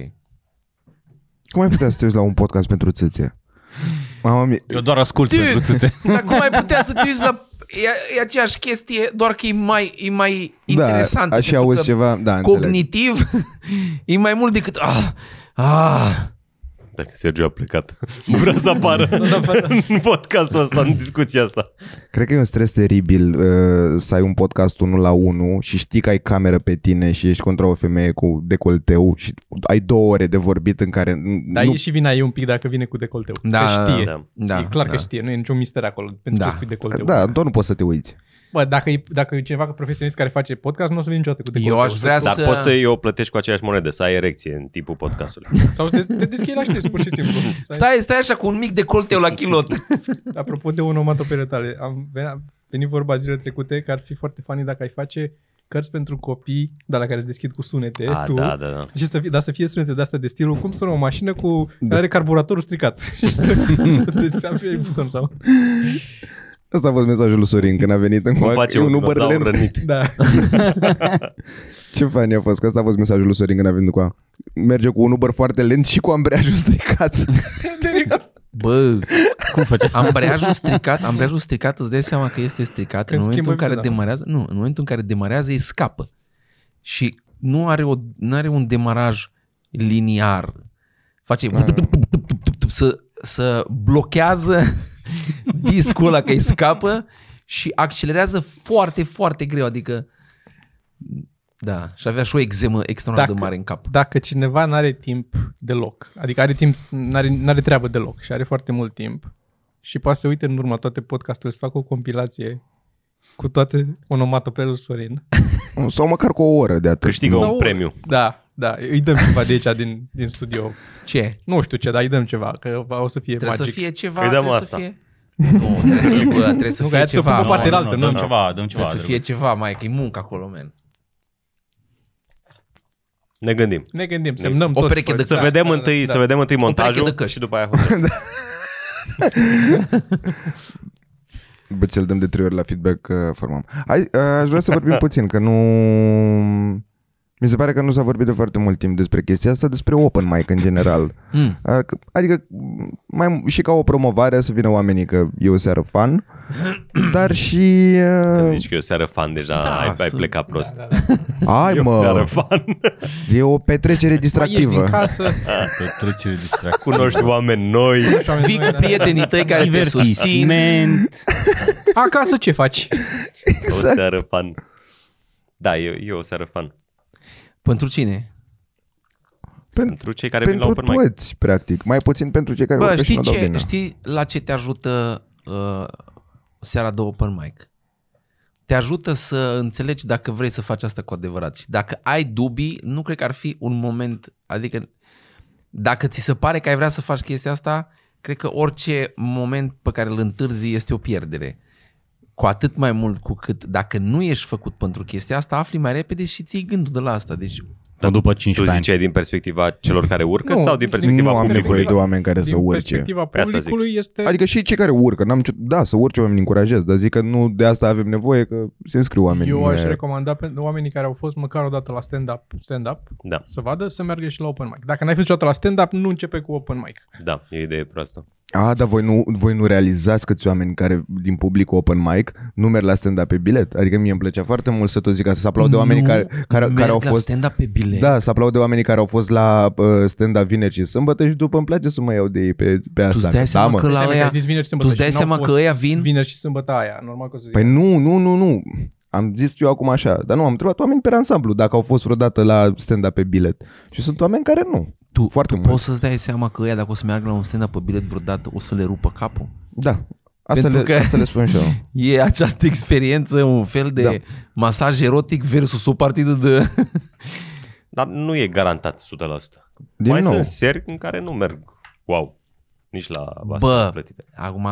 Speaker 5: Cum ai putea să te uiți la un podcast pentru țâțe? Mamă mie,
Speaker 4: Eu doar ascult
Speaker 3: Dude!
Speaker 4: pentru țâțe.
Speaker 3: Dar cum ai putea să te uiți la... E, e aceeași chestie, doar că e mai, e mai
Speaker 5: da,
Speaker 3: interesant.
Speaker 5: aș fi
Speaker 3: pentru
Speaker 5: auzi
Speaker 3: că
Speaker 5: ceva, da, înțeleg.
Speaker 3: Cognitiv e mai mult decât... Ah, ah.
Speaker 1: Dacă Sergiu a plecat, nu vrea să apară în podcastul ăsta, în discuția asta.
Speaker 5: Cred că e un stres teribil uh, să ai un podcast unul la unul și știi că ai cameră pe tine și ești contra o femeie cu decolteu și ai două ore de vorbit în care n-
Speaker 2: Dar
Speaker 5: nu
Speaker 2: e și vina ei un pic dacă vine cu decolteu.
Speaker 3: Da,
Speaker 2: că știe.
Speaker 1: da,
Speaker 3: da,
Speaker 2: e clar
Speaker 3: da.
Speaker 2: că știe, nu e niciun mister acolo pentru
Speaker 3: Da.
Speaker 2: ce spui decolteu.
Speaker 5: Da, tot nu poți să te uiți.
Speaker 2: Bă, dacă e, dacă e cineva profesionist care face podcast, nu o să vin niciodată cu decolteu.
Speaker 3: Eu aș vrea
Speaker 1: Dar
Speaker 3: să...
Speaker 1: poți să o plătești cu aceeași monedă, să ai erecție în timpul podcastului.
Speaker 2: Sau să te, te deschei la știri, pur și simplu. Stai.
Speaker 3: Stai, stai așa cu un mic decolteu la kilot.
Speaker 2: Apropo de onomatopele tale, am venit, venit vorba zilele trecute că ar fi foarte funny dacă ai face cărți pentru copii, dar la care se deschid cu sunete,
Speaker 1: A,
Speaker 2: tu.
Speaker 1: da, da, da.
Speaker 2: Și să fie, dar să fie sunete de astea de stilul cum sună o mașină cu da. are carburatorul stricat. și să, să te să apeși buton sau...
Speaker 5: Asta a fost mesajul lui Sorin când a venit în
Speaker 1: Cum face
Speaker 5: e
Speaker 1: un
Speaker 5: Uber
Speaker 1: dinozaur
Speaker 5: lent.
Speaker 1: rănit.
Speaker 2: Da.
Speaker 5: Ce fani a fost, că asta a fost mesajul lui Sorin când a venit cu a. Merge cu un Uber foarte lent și cu ambreiajul stricat.
Speaker 3: Bă, cum faci? Ambreiajul stricat, ambreiajul stricat, îți dai seama că este stricat
Speaker 2: Când
Speaker 3: în momentul în
Speaker 2: schimbă
Speaker 3: care
Speaker 2: viteza.
Speaker 3: demarează, nu, în momentul în care demarează, îi scapă. Și nu are, o, nu are un demaraj liniar. Face
Speaker 2: Da,
Speaker 3: să, să blochează discul ăla că îi scapă și accelerează foarte, foarte greu. Adică, da, și avea și o exemă extraordinar de
Speaker 2: Dacă-
Speaker 3: mare în cap.
Speaker 2: Dacă cineva nu are timp deloc, adică are timp, nu are treabă deloc și are foarte mult timp și poate să uite în urmă toate podcasturile, să facă o compilație cu toate onomatopelul Sorin.
Speaker 5: Sau măcar cu o oră de atât.
Speaker 1: Câștigă
Speaker 2: Sau-
Speaker 1: un premiu.
Speaker 2: Da, da, îi dăm ceva de aici din, din studio.
Speaker 3: Ce?
Speaker 2: Nu știu ce, dar îi dăm ceva, că o să fie
Speaker 3: Trebuie
Speaker 2: magic.
Speaker 3: să fie ceva,
Speaker 1: Îi dăm
Speaker 3: trebuie
Speaker 1: asta.
Speaker 3: să fie... Nu, trebuie să, bă, trebuie să
Speaker 2: Nu, că
Speaker 3: fie
Speaker 2: aia ți-o
Speaker 3: ceva.
Speaker 2: făcut
Speaker 3: mă.
Speaker 2: parte la- altă,
Speaker 4: dăm
Speaker 2: nu?
Speaker 4: ceva, dăm ceva.
Speaker 3: Trebuie să fie ceva, mai că e muncă acolo, man.
Speaker 1: Ne gândim.
Speaker 2: Ne gândim, semnăm
Speaker 3: O
Speaker 2: toți.
Speaker 3: pereche de
Speaker 1: Să
Speaker 3: Da,
Speaker 1: vedem, întâi, să vedem întâi
Speaker 3: pereche
Speaker 1: montajul
Speaker 3: de căști.
Speaker 1: și după aia hotărâm.
Speaker 5: Bă, cel dăm de trei ori la feedback uh, formam. Hai, uh, aș vrea să vorbim puțin, că nu... Mi se pare că nu s-a vorbit de foarte mult timp despre chestia asta, despre open mic în general.
Speaker 3: Mm.
Speaker 1: Hmm.
Speaker 5: Adică- Adică, mai, și ca o promovare să vină oamenii că e o seară fan, dar și...
Speaker 1: Când
Speaker 5: Uh,
Speaker 1: zici că e o seară fan deja,
Speaker 3: Da,
Speaker 1: ai, ai
Speaker 3: sunt-
Speaker 1: plecat prost. Da, da,
Speaker 5: ai,
Speaker 1: E o seară Păi,
Speaker 5: mă,
Speaker 1: fan.
Speaker 5: e o petrecere
Speaker 2: Ieși Păi, din
Speaker 5: distractivă.
Speaker 2: casă,
Speaker 4: Trecere distractivă.
Speaker 1: Cunoști oameni noi.
Speaker 2: și oameni
Speaker 3: Vii
Speaker 2: noi,
Speaker 3: cu
Speaker 2: da, da.
Speaker 3: prietenii tăi care te susțin.
Speaker 4: Divertisment.
Speaker 2: Acasă ce faci?
Speaker 1: O seară fan. Da, e, e o seară fan.
Speaker 3: Pentru cine?
Speaker 5: Pentru,
Speaker 1: Pentru cei care vin la
Speaker 5: pentru
Speaker 1: open mic.
Speaker 5: toți, practic. Mai puțin pentru cei care
Speaker 3: Bă,
Speaker 5: urcă și
Speaker 3: știi,
Speaker 5: nu dau
Speaker 3: ce,
Speaker 5: bine.
Speaker 3: știi la ce te ajută uh, seara de open mic? Te ajută să înțelegi dacă vrei să faci asta cu adevărat. Și dacă ai dubii, nu cred că ar fi un moment, adică dacă ți se pare că ai vrea să faci chestia asta, cred că orice moment pe care îl întârzi este o pierdere. Cu atât mai mult cu cât dacă nu ești făcut pentru chestia asta, afli mai repede și ții gândul de la asta. Deci
Speaker 4: Dar după
Speaker 1: Tu
Speaker 4: 15 ani.
Speaker 1: ziceai din perspectiva celor care urcă
Speaker 2: Nu,
Speaker 1: sau din perspectiva
Speaker 5: nu am
Speaker 1: publicului?
Speaker 5: nevoie de oameni care să
Speaker 2: Din
Speaker 5: urce.
Speaker 2: perspectiva
Speaker 1: Pe asta zic.
Speaker 2: publicului este...
Speaker 5: Adică și cei care urcă, n-am nicio... da, să urce oamenii încurajez, dar zic că nu de asta avem nevoie, că se înscriu oamenii.
Speaker 2: Eu aș
Speaker 5: Eh,
Speaker 2: recomanda pentru oamenii care au fost măcar o dată la stand-up, stand-up
Speaker 1: Da,
Speaker 2: să vadă, să meargă și la open mic. Dacă n-ai fost niciodată la stand-up, nu începe cu open mic.
Speaker 1: da, e o idee proastă.
Speaker 5: A, dar voi nu, voi nu realizați câți oameni care din public open mic nu merg la stand-up pe bilet? Adică mie îmi plăcea foarte mult să tot zic asta, să aplaude oamenii
Speaker 3: nu
Speaker 5: care, care, care au
Speaker 3: merg la
Speaker 5: fost...
Speaker 3: stand-up pe bilet.
Speaker 5: Da, să aplaude oamenii care au fost la uh, stand-up vineri și sâmbătă și după îmi place să mă iau de ei pe, pe
Speaker 3: tu
Speaker 5: asta.
Speaker 3: îți dai
Speaker 5: da,
Speaker 3: seama
Speaker 5: mă.
Speaker 3: că la
Speaker 2: Stai, mi-ai
Speaker 3: aia
Speaker 2: zis vineri și
Speaker 3: tu îți
Speaker 2: sâmbătă
Speaker 3: dai
Speaker 2: și n-au
Speaker 3: seama că
Speaker 2: fost
Speaker 3: ăia vin
Speaker 2: Vineri și sâmbătă aia, normal că o să zic.
Speaker 5: Păi nu, nu, nu, nu. Am zis eu acum așa, dar nu, am întrebat oameni pe ansamblu dacă au fost vreodată la stand-up pe bilet. Și sunt oameni care nu.
Speaker 3: Tu,
Speaker 5: Foarte
Speaker 3: tu
Speaker 5: mult.
Speaker 3: poți să-ți dai seama că ăia dacă o să meargă la un stand-up pe bilet vreodată o să le rupă capul?
Speaker 5: Da. Asta
Speaker 3: Pentru
Speaker 5: le,
Speaker 3: că-
Speaker 5: asta le spun și eu.
Speaker 3: E această experiență, un fel de da.
Speaker 5: Da.
Speaker 3: masaj erotic versus o partidă de...
Speaker 1: Dar nu e garantat 100%.
Speaker 5: Din
Speaker 1: Mai
Speaker 5: nou.
Speaker 1: sunt seri în care nu merg, wow, nici la asta
Speaker 3: Bă.
Speaker 1: plătite.
Speaker 3: Acum,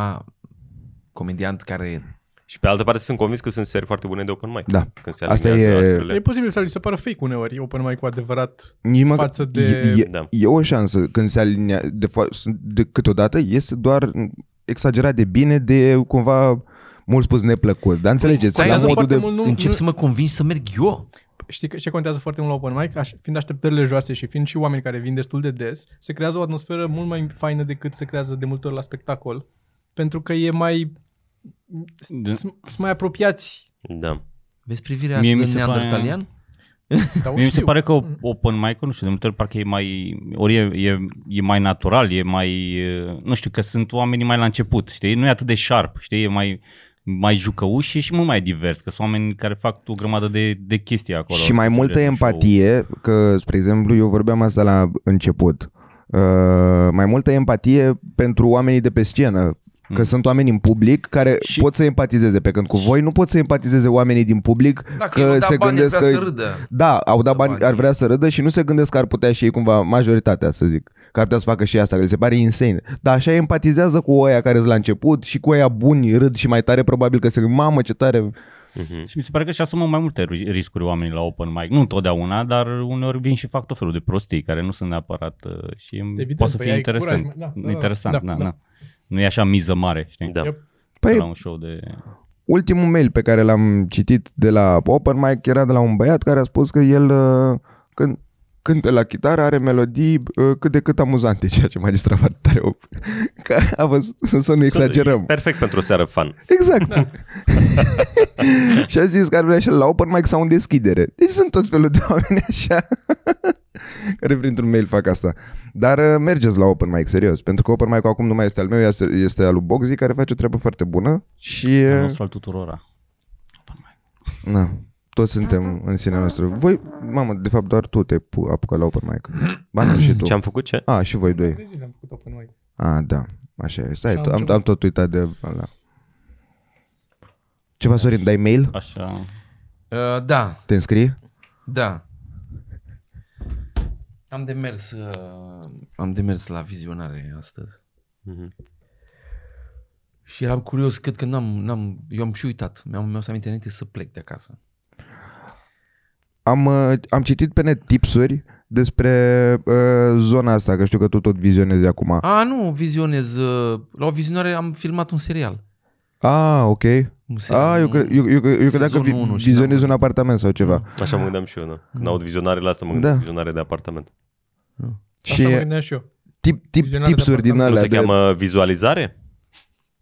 Speaker 3: comediant care...
Speaker 1: Și pe altă parte sunt convins că sunt seri foarte bune de open mic.
Speaker 5: Da.
Speaker 1: Când se
Speaker 5: Asta
Speaker 1: aliniază
Speaker 5: e-
Speaker 1: astrele.
Speaker 2: E posibil să li se pară fake uneori open mic cu adevărat.
Speaker 5: Nici măcar-
Speaker 2: Față de-
Speaker 5: E, e,
Speaker 1: Da.
Speaker 5: e o șansă când se alinia... De, fa- sunt- de câteodată este doar exagerat de bine, de cumva mult spus neplăcut. Dar înțelegeți,
Speaker 3: Păi, stai,
Speaker 5: la
Speaker 2: Contează
Speaker 5: modul
Speaker 2: foarte
Speaker 5: de...
Speaker 2: mult,
Speaker 3: Nu,
Speaker 2: nu,
Speaker 3: încep
Speaker 2: nu,
Speaker 3: să mă convingi să merg eu.
Speaker 2: știi că ce contează foarte mult la open mic, aș, fiind așteptările joase și fiind și oameni care vin destul de des, se creează o atmosferă mult mai faină decât se creează de multe ori la spectacol, pentru că e mai sunt mai apropiați.
Speaker 1: Da.
Speaker 3: Vezi privirea
Speaker 4: Mie
Speaker 3: asta
Speaker 4: mi
Speaker 3: de
Speaker 4: se pare-
Speaker 3: neandertalian?
Speaker 2: Dar o
Speaker 4: Mie mi se
Speaker 2: știu.
Speaker 4: pare că open mic nu știu, de multe ori parcă e mai, ori e, e, e mai natural, e mai, e, nu știu, că sunt oamenii mai la început, știi? Nu e atât de sharp, știi? E mai, mai jucăuș și, și mult mai divers, că sunt oameni care fac o grămadă de, de chestii acolo.
Speaker 5: Și mai
Speaker 4: Să
Speaker 5: multă
Speaker 4: se joace
Speaker 5: empatie, că, spre exemplu, eu vorbeam asta la început, uh, mai multă empatie pentru oamenii de pe scenă,
Speaker 4: Mm.
Speaker 5: că sunt oameni în public care
Speaker 4: Și-
Speaker 5: pot să empatizeze, pe când cu voi nu pot să empatizeze oamenii din public
Speaker 3: Dacă
Speaker 5: că
Speaker 3: nu
Speaker 5: se
Speaker 3: bani,
Speaker 5: gândesc
Speaker 3: vrea
Speaker 5: că...
Speaker 3: să râdă.
Speaker 5: Da, au dat
Speaker 3: Da,
Speaker 5: bani,
Speaker 3: bani.
Speaker 5: ar vrea să râdă și nu se gândesc că ar putea și ei cumva, majoritatea să zic, că ar putea să facă și asta, că li se pare insane. Dar așa empatizează cu oia care sunt la început și cu oia buni râd și mai tare probabil că se gând, mamă ce tare. Păi,
Speaker 1: Mhm.
Speaker 4: Și mi se pare că și asumă mai multe ri- riscuri oamenii la open mic. Nu întotdeauna, dar uneori vin și fac tot felul de prostii care nu sunt neapărat uh, și Evident, poate să
Speaker 2: păi
Speaker 4: fie
Speaker 2: ai
Speaker 4: interesant.
Speaker 2: curaj,
Speaker 4: da,
Speaker 2: mai- da, da,
Speaker 4: da,
Speaker 2: da.
Speaker 4: interesant, da,
Speaker 2: Da,
Speaker 4: da,
Speaker 2: da.
Speaker 4: da. da. Nu e așa miză mare, știi?
Speaker 1: Da.
Speaker 2: Yep.
Speaker 4: Păi,
Speaker 5: Păi
Speaker 4: la un show de...
Speaker 5: ultimul mail pe care l-am citit de la Open Mic era de la un băiat care a spus că el uh, când cântă la chitară, are melodii uh, cât de cât amuzante, ceea ce m-a distrat foarte tare. Că a văzut, să nu exagerăm.
Speaker 1: Perfect pentru o seară fan.
Speaker 5: Exact. și a zis că ar vrea și el la open mic sau în deschidere. Deci sunt tot felul de oameni așa care printr-un mail fac asta. Dar uh, mergeți la open mic, serios, pentru că open mic acum nu mai este al meu, este, este al lui Boxy, care face o treabă foarte bună și...
Speaker 4: Al
Speaker 5: uh,
Speaker 4: nostru al tuturora.
Speaker 5: Na, toți suntem în sinea noastră. Voi, mamă, de fapt doar tu te pu- apucă la open mic. Ba nu, și tu.
Speaker 1: Ce am făcut? Ce?
Speaker 5: A, și voi doi.
Speaker 2: Trei zile am făcut open mic.
Speaker 5: A, da, așa e. Stai,
Speaker 2: Și am
Speaker 5: am, am,
Speaker 2: început.
Speaker 5: am tot uitat de... Da. Ceva, Sorin, dai mail?
Speaker 4: Așa.
Speaker 3: Uh, da,
Speaker 5: Te înscrii?
Speaker 3: Da. Am demers, uh, am demers la vizionare astăzi.
Speaker 1: Mhm.
Speaker 3: Și eram curios, cred că n-am, n-am, eu am și uitat, mi-am mi-am să aminte înainte să plec de acasă.
Speaker 5: Am, uh, am citit pe net tipsuri despre uh, zona asta, că știu că tu tot vizionezi acum.
Speaker 3: A, nu, vizionez, uh, la o vizionare am filmat un serial.
Speaker 5: Ah, ok.
Speaker 3: Un serial
Speaker 5: Ah, eu, cre- eu, eu, eu credeam că
Speaker 3: sezonul
Speaker 5: vi-
Speaker 3: unu și
Speaker 5: vizionezi
Speaker 3: n-am-
Speaker 5: un apartament sau ceva.
Speaker 1: Așa mă gândeam și eu, da. Când aud vizionare la asta, mă gândeam
Speaker 5: Da.
Speaker 1: da. vizionare de apartament.
Speaker 5: Și
Speaker 2: Așa mă gândeam și eu.
Speaker 5: tip, tip,
Speaker 2: Vizionare de
Speaker 5: tipsuri din
Speaker 1: Nu
Speaker 5: alea.
Speaker 1: se
Speaker 5: de-
Speaker 1: cheamă vizualizare?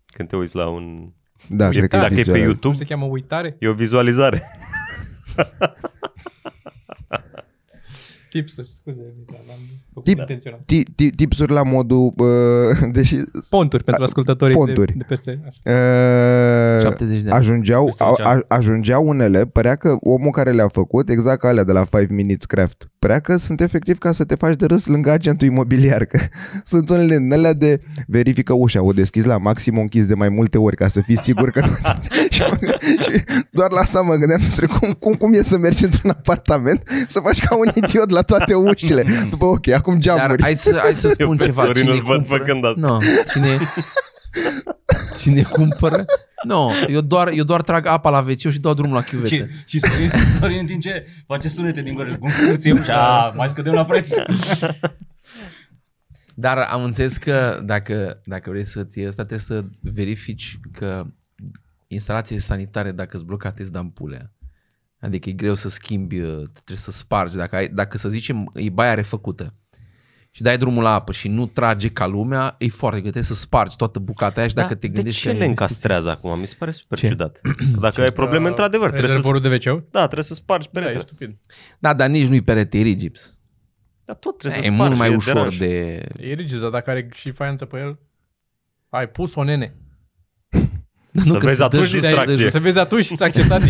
Speaker 1: Când te uiți la un...
Speaker 5: Da, cred că
Speaker 1: Dacă e pe
Speaker 5: vizionare.
Speaker 2: Cum
Speaker 1: YouTube,
Speaker 2: se cheamă uitare?
Speaker 1: e o vizualizare.
Speaker 2: Tipsuri, scuze, da, l-am făcut
Speaker 5: Tip-
Speaker 2: intenționat.
Speaker 5: Ti- ti- Tipsuri la modul... Uh, deși...
Speaker 2: Ponturi pentru
Speaker 5: A,
Speaker 2: ascultătorii
Speaker 5: ponturi.
Speaker 2: De, de peste. Așa.
Speaker 5: Uh,
Speaker 3: 70 de ani.
Speaker 5: ajungeau,
Speaker 4: Peste
Speaker 5: a,
Speaker 4: ocean.
Speaker 5: a, ajungeau unele, părea că omul care le-a făcut, exact ca alea de la 5 Minutes Craft, părea că sunt efectiv ca să te faci de râs lângă agentul imobiliar. Că sunt unele din alea de verifică ușa, o deschizi la maxim, o închizi de mai multe ori ca să fii sigur că nu... și, mă- și doar la asta mă gândeam despre cum, cum, cum e să mergi într-un apartament să faci ca un idiot la toate ușile. După, ok, acum
Speaker 3: Dar
Speaker 5: geamuri.
Speaker 3: hai să, hai să spun
Speaker 1: pe
Speaker 3: ceva.
Speaker 1: Sorin
Speaker 3: cine
Speaker 1: îl văd
Speaker 3: cumpără-
Speaker 1: făcând asta.
Speaker 3: No, cine, cine cumpără? Nu, no, eu, doar, eu doar trag apa la wc și dau drumul la chiuvetă.
Speaker 4: Și, și Sorin, Sorin, în timp ce face sunete din gură, cum scuți ușa, mai scădem la preț.
Speaker 3: Dar am înțeles că dacă, dacă vrei să-ți iei asta, trebuie să verifici că instalațiile sanitare, dacă îți blocate, îți dă ampulea. Adică e greu să schimbi, uh, trebuie să spargi. Dacă, ai, dacă să zicem, e baia refăcută și dai drumul la apă și nu trage ca lumea, e foarte greu. Trebuie să spargi toată bucata aia și dacă te gândești
Speaker 1: Da. de ce
Speaker 3: că...
Speaker 1: le
Speaker 3: ai
Speaker 1: încastrează acum? Mi se pare super ce? ciudat. Că dacă ai probleme,
Speaker 2: Uh,
Speaker 1: într-adevăr, trebuie să,
Speaker 2: Rezervorul de wc
Speaker 1: da, trebuie să spargi
Speaker 2: Da, e
Speaker 1: peretele.
Speaker 2: stupid.
Speaker 3: investiții. Da, dar nici nu-i perete, e rigips.
Speaker 1: Dar tot trebuie să
Speaker 3: Da, E
Speaker 1: spargi.
Speaker 3: mult mai ușor
Speaker 1: deranj.
Speaker 3: de...
Speaker 2: E rigid, dar dacă are și faianță pe el, ai pus-o nene.
Speaker 3: Dar
Speaker 1: Să
Speaker 3: că
Speaker 1: vezi
Speaker 3: se dă
Speaker 1: atunci
Speaker 3: jos,
Speaker 1: distracție.
Speaker 3: se dă jos.
Speaker 2: Să vezi atunci și ți-a acceptat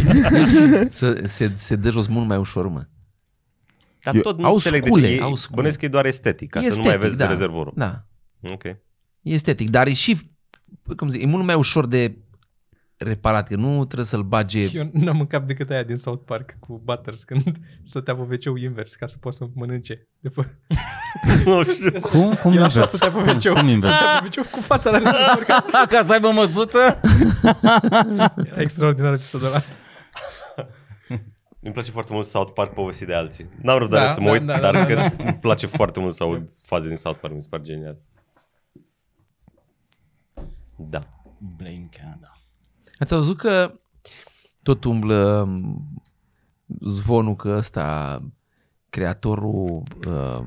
Speaker 3: Să- Se, se dă jos mult mai ușor, mă.
Speaker 1: Dar
Speaker 5: Eu-
Speaker 1: tot nu
Speaker 3: au
Speaker 1: înțeleg
Speaker 3: scule,
Speaker 1: de ce.
Speaker 3: au
Speaker 1: Ei,
Speaker 3: scule.
Speaker 1: bănesc că e doar estetic, ca
Speaker 3: E
Speaker 1: să nu mai
Speaker 3: estetic,
Speaker 1: vezi
Speaker 3: da.
Speaker 1: rezervorul.
Speaker 3: Da.
Speaker 1: Ok.
Speaker 3: E estetic, dar e și, cum zic, e mult mai ușor de reparat, că nu trebuie să-l bage.
Speaker 2: Eu n-am mâncat decât aia din South Park cu Butters când stătea pe wc invers ca să poți să mănânce. După...
Speaker 1: Nu știu.
Speaker 4: Cum? Cum
Speaker 2: El așa
Speaker 4: invers?
Speaker 2: stătea pe
Speaker 4: Cum,
Speaker 2: wc
Speaker 4: cum invers?
Speaker 2: Stătea pe wc cu fața la rezervor. ca-
Speaker 4: Ca să aibă măsuță?
Speaker 2: Era extraordinar episodul ăla.
Speaker 1: Îmi place foarte mult South Park povestit de alții. N-am răbdare
Speaker 2: Da,
Speaker 1: să mă
Speaker 2: da,
Speaker 1: uit,
Speaker 2: da,
Speaker 1: dar
Speaker 2: da,
Speaker 1: că îmi place foarte mult să aud faze din South Park, mi se pare genial. Da.
Speaker 4: Blame Canada.
Speaker 3: Ați văzut că tot umblă m, zvonul că ăsta, creatorul um,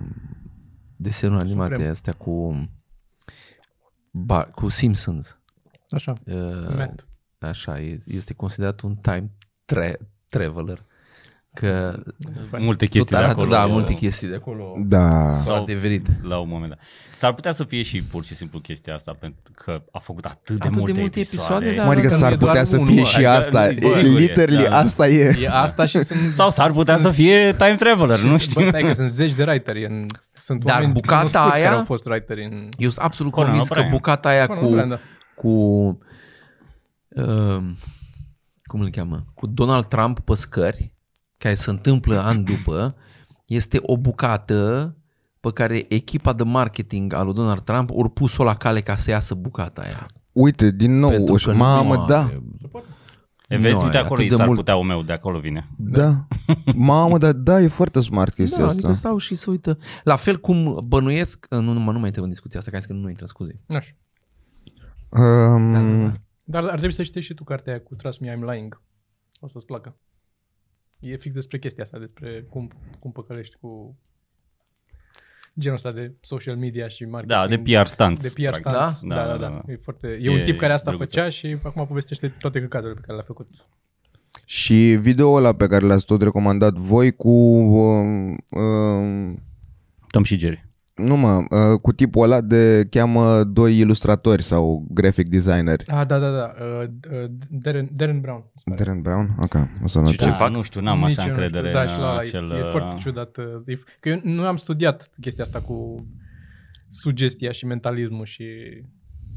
Speaker 3: desenul animate
Speaker 2: Suprem.
Speaker 3: astea cu ba, cu Simpsons.
Speaker 2: Așa.
Speaker 3: uh,
Speaker 2: Matt.
Speaker 3: Așa, e- este considerat un time tra- traveler. Că
Speaker 4: Multe chestii
Speaker 3: tot
Speaker 4: de
Speaker 3: arată,
Speaker 4: acolo. uh,
Speaker 3: da, multe chestii de acolo.
Speaker 5: Da.
Speaker 3: S-au adeverit.
Speaker 4: La un moment dat. S-ar putea să fie și pur și simplu chestia asta, pentru că a făcut atât,
Speaker 3: Atât de
Speaker 4: de multe,
Speaker 3: multe episoade,
Speaker 4: episoade
Speaker 3: da.
Speaker 5: Mă, adică
Speaker 2: Asta nu
Speaker 5: s-ar
Speaker 2: e doar
Speaker 5: putea să
Speaker 2: unul,
Speaker 5: fie
Speaker 2: mă,
Speaker 5: și
Speaker 4: adică,
Speaker 5: asta.
Speaker 4: bă, sigur e,
Speaker 5: Literally,
Speaker 4: da.
Speaker 5: asta e.
Speaker 2: E asta și sunt...
Speaker 4: Sau s-ar putea
Speaker 2: sunt-
Speaker 4: să fie time traveler, nu
Speaker 2: Bă,
Speaker 4: știu.
Speaker 2: stai că sunt zeci de writeri. În, sunt
Speaker 3: Dar
Speaker 2: oameni
Speaker 3: bucata
Speaker 2: cunoscuți care
Speaker 3: aia-
Speaker 2: au fost writeri în...
Speaker 3: Eu sunt absolut
Speaker 4: Conan
Speaker 3: convins că
Speaker 4: O'Brien.
Speaker 3: bucata aia
Speaker 2: Conan
Speaker 3: cu,
Speaker 2: O'Brien, da.
Speaker 3: cu um, cum îl cheamă? Cu Donald Trump pe scări, care se întâmplă an după, este o bucată pe care echipa de marketing a lui Donald Trump ori pus-o la cale ca să iasă bucata aia.
Speaker 5: Uite, din nou,
Speaker 3: Pentru
Speaker 5: uși,
Speaker 3: că nu
Speaker 5: mamă,
Speaker 3: are-
Speaker 5: da,
Speaker 4: E, Vezi,
Speaker 3: Nu,
Speaker 4: uite
Speaker 3: e
Speaker 4: acolo,
Speaker 3: atât de
Speaker 4: s-ar
Speaker 3: mult.
Speaker 4: putea o meu, de acolo vine.
Speaker 5: da. Mamă, da, da, e foarte smart chestia
Speaker 3: Da, adică
Speaker 5: asta.
Speaker 3: stau și se uită. La fel cum bănuiesc, uh, nu, nu, mă, nu mai intrăm în discuția asta, că am zis că nu intră, scuze.
Speaker 2: Așa.
Speaker 5: Um,
Speaker 3: Da, da, da.
Speaker 2: Dar ar trebui să știi și tu cartea aia cu Trust Me, I'm Lying. O să-ți placă. E fix despre chestia asta, despre cum, cum păcălești cu genul ăsta de social media și marketing.
Speaker 4: Da, de PR stunts.
Speaker 2: De PR
Speaker 4: practic.
Speaker 2: stunts. Da, da, da. da, E, foarte, e, e un
Speaker 4: E
Speaker 2: tip care asta
Speaker 4: drăguț.
Speaker 2: făcea și acum povestește toate căcaturile pe care le-a făcut.
Speaker 5: Și video ăla pe care l-ați tot recomandat voi cu um, um,
Speaker 4: Tom și Jerry.
Speaker 5: Nu mă, uh, cu tipul ăla de cheamă doi ilustratori sau graphic designeri.
Speaker 2: Ah, da, da, da. Uh, uh, Darren, Darren Brown. mi se pare.
Speaker 5: Darren Brown? Ok, o să notez.
Speaker 1: Ce
Speaker 4: da,
Speaker 1: fac?
Speaker 4: Nu știu, n-am
Speaker 2: Nici
Speaker 4: așa
Speaker 2: eu nu
Speaker 4: încredere
Speaker 2: știu, da, și
Speaker 4: în
Speaker 2: la,
Speaker 4: acel...
Speaker 2: E foarte ciudat. uh, E, f- că eu nu am studiat chestia asta cu sugestia și mentalismul și...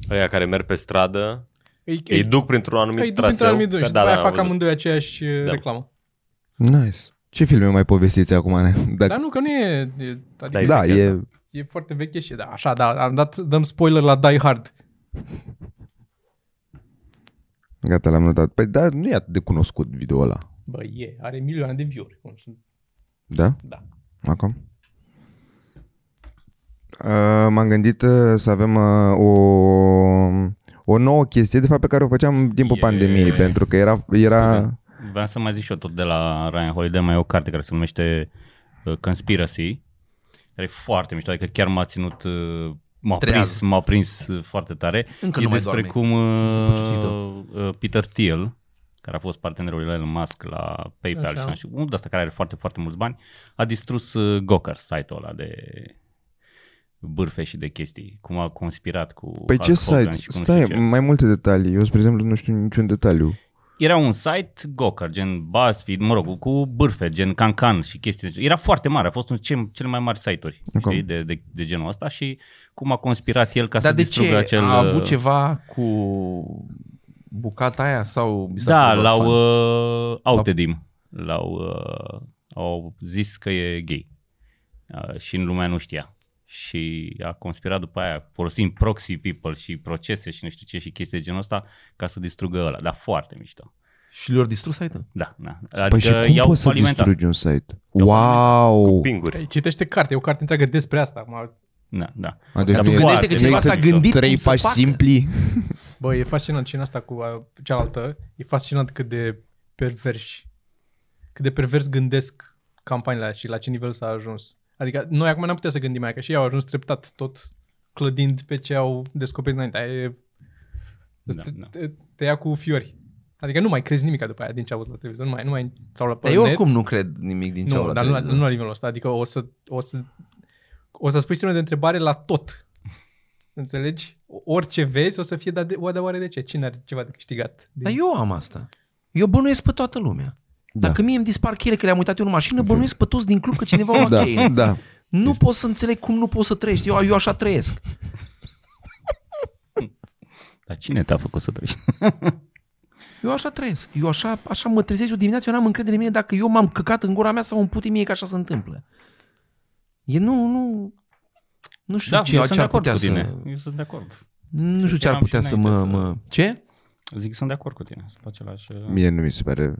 Speaker 1: Aia care merg pe stradă,
Speaker 2: Îi,
Speaker 1: îi duc printr-un anumit
Speaker 2: îi duc
Speaker 1: traseu.
Speaker 2: între amândoi
Speaker 1: Da,
Speaker 2: și da, după
Speaker 1: da,
Speaker 2: aia fac
Speaker 1: am văzut.
Speaker 2: amândoi aceeași uh,
Speaker 1: Da.
Speaker 2: reclamă.
Speaker 5: Nice. Ce filme mai povestiți acum? Ne? Dacă...
Speaker 2: Dar nu, că nu e... Da, e adică,
Speaker 1: e
Speaker 5: da,
Speaker 1: vechi
Speaker 5: e...
Speaker 1: asta.
Speaker 2: E foarte veche și da, așa, da, am dat, dăm spoiler la Die Hard.
Speaker 5: Gata, l-am notat. Păi da, nu e atât de cunoscut video ăla.
Speaker 2: Bă, e, are milioane de view-uri. cum sunt.
Speaker 5: Da?
Speaker 2: Da.
Speaker 5: Acum? Uh, m-am gândit uh, să avem uh, o, o nouă chestie, de fapt, pe care o făceam în timpul
Speaker 4: E-
Speaker 5: pandemiei, pentru că era... era...
Speaker 4: Da. Vreau să mai zic și eu tot de la Ryan Holiday, mai e o carte care se numește uh, Conspiracy, care e foarte mișto, adică chiar m-a ținut, uh, m-a
Speaker 3: Trează.
Speaker 4: prins, m-a prins uh, foarte tare.
Speaker 3: Încă
Speaker 4: e
Speaker 3: nu mai
Speaker 4: despre
Speaker 3: doarme.
Speaker 4: cum uh,
Speaker 3: citit-o.
Speaker 4: uh, Peter Thiel, care a fost partenerul lui Elon Musk la PayPal
Speaker 2: Așa.
Speaker 4: și nu știu, unul de asta care are foarte, foarte mulți bani, a distrus uh, Gawker, site-ul ăla de bârfe și de chestii, cum a conspirat cu
Speaker 5: Păi
Speaker 4: Hulk
Speaker 5: ce
Speaker 4: Hogan
Speaker 5: site?
Speaker 4: și cu nu
Speaker 5: Stai,
Speaker 4: știu ce.
Speaker 5: mai multe detalii. Eu, spre exemplu, nu știu niciun detaliu. Păi
Speaker 4: Era un site Gawker, gen BuzzFeed, mă rog, cu bârfe, gen Cancan și chestii. Era foarte mare, a fost unul dintre cele mai mari site-uri
Speaker 5: Acum.
Speaker 4: știi, de, de, de genul ăsta și cum a conspirat el ca
Speaker 3: Dar
Speaker 4: să
Speaker 3: de
Speaker 4: distrugă
Speaker 3: ce?
Speaker 4: acel...
Speaker 3: A avut
Speaker 4: uh,
Speaker 3: ceva cu bucata aia sau... mi s-a
Speaker 4: Da,
Speaker 3: părut
Speaker 4: l-au
Speaker 3: fan?
Speaker 4: uh, outed him. L-au uh, au zis că e gay. Uh, și în lumea nu știa. Și a conspirat după aia, folosind proxy people și procese și nu știu ce și chestii de genul ăsta ca să distrugă ăla. Dar foarte mișto.
Speaker 3: Și le-au distrus site-ul?
Speaker 4: Da, da.
Speaker 5: Păi și cum poți să distrugi un site? Wow!
Speaker 1: Pinguri.
Speaker 2: Păi, Citește carte, e o carte întreagă despre asta. Acum,
Speaker 4: Da, da.
Speaker 5: A, deci
Speaker 4: Dar
Speaker 5: nu e-
Speaker 4: gândește că
Speaker 5: nu
Speaker 4: cineva
Speaker 5: există
Speaker 4: s-a gândit
Speaker 5: Trei
Speaker 3: cum să
Speaker 5: pași
Speaker 3: facă.
Speaker 5: simpli.
Speaker 2: Bă, e fascinant și în asta cu a, cealaltă. E fascinant cât de perverși, cât de pervers gândesc campaniile alea și la ce nivel s-a ajuns. Adică noi acum n-am putea să gândim mai că și ei au ajuns treptat, tot clădind pe ce au descoperit înainte. Aia e...
Speaker 4: Da,
Speaker 2: te,
Speaker 4: da.
Speaker 2: Te, te ia cu fiori. Adică nu mai crezi nimic după aia din ce avut la televizor, nu mai, nu mai sau
Speaker 4: Păi,
Speaker 2: la pe
Speaker 3: Dar eu
Speaker 2: net.
Speaker 3: oricum nu cred nimic din ce au
Speaker 2: Nu,
Speaker 3: la
Speaker 2: dar nu, la-
Speaker 3: televizor.
Speaker 2: nu la nivelul ăsta. Adică o să, o să, o să spui semne de întrebare la tot. Înțelegi? Orice vezi o să fie da de, oare, oare de ce? Cine are ceva de câștigat? Din...
Speaker 3: Dar eu am asta. Eu bănuiesc pe toată lumea.
Speaker 5: Da.
Speaker 3: Dacă mie îmi dispar cheile că le-am uitat eu în mașină, bănuiesc pe toți din club că cineva o da.
Speaker 5: Da, da.
Speaker 3: Nu pot să înțeleg cum nu pot să trăiești. Eu, eu așa trăiesc.
Speaker 4: Dar cine te-a făcut să trăiești?
Speaker 3: Eu așa trăiesc. Eu așa, așa mă trezesc eu dimineața, eu n-am încredere în mine dacă eu m-am căcat în gura mea sau îmi pute mie că așa se întâmplă. E nu, nu... Nu știu
Speaker 4: Da,
Speaker 3: ce
Speaker 4: eu
Speaker 3: ar
Speaker 4: sunt de acord
Speaker 3: putea
Speaker 4: cu
Speaker 3: să...
Speaker 4: tine. Eu sunt de acord.
Speaker 3: Nu știu ce ar
Speaker 4: Eram și
Speaker 3: putea să mă,
Speaker 4: înainte să-
Speaker 3: mă... Ce?
Speaker 4: Zic că sunt de acord cu tine. Sunt pe același... uh,
Speaker 5: Mie nu mi se pare...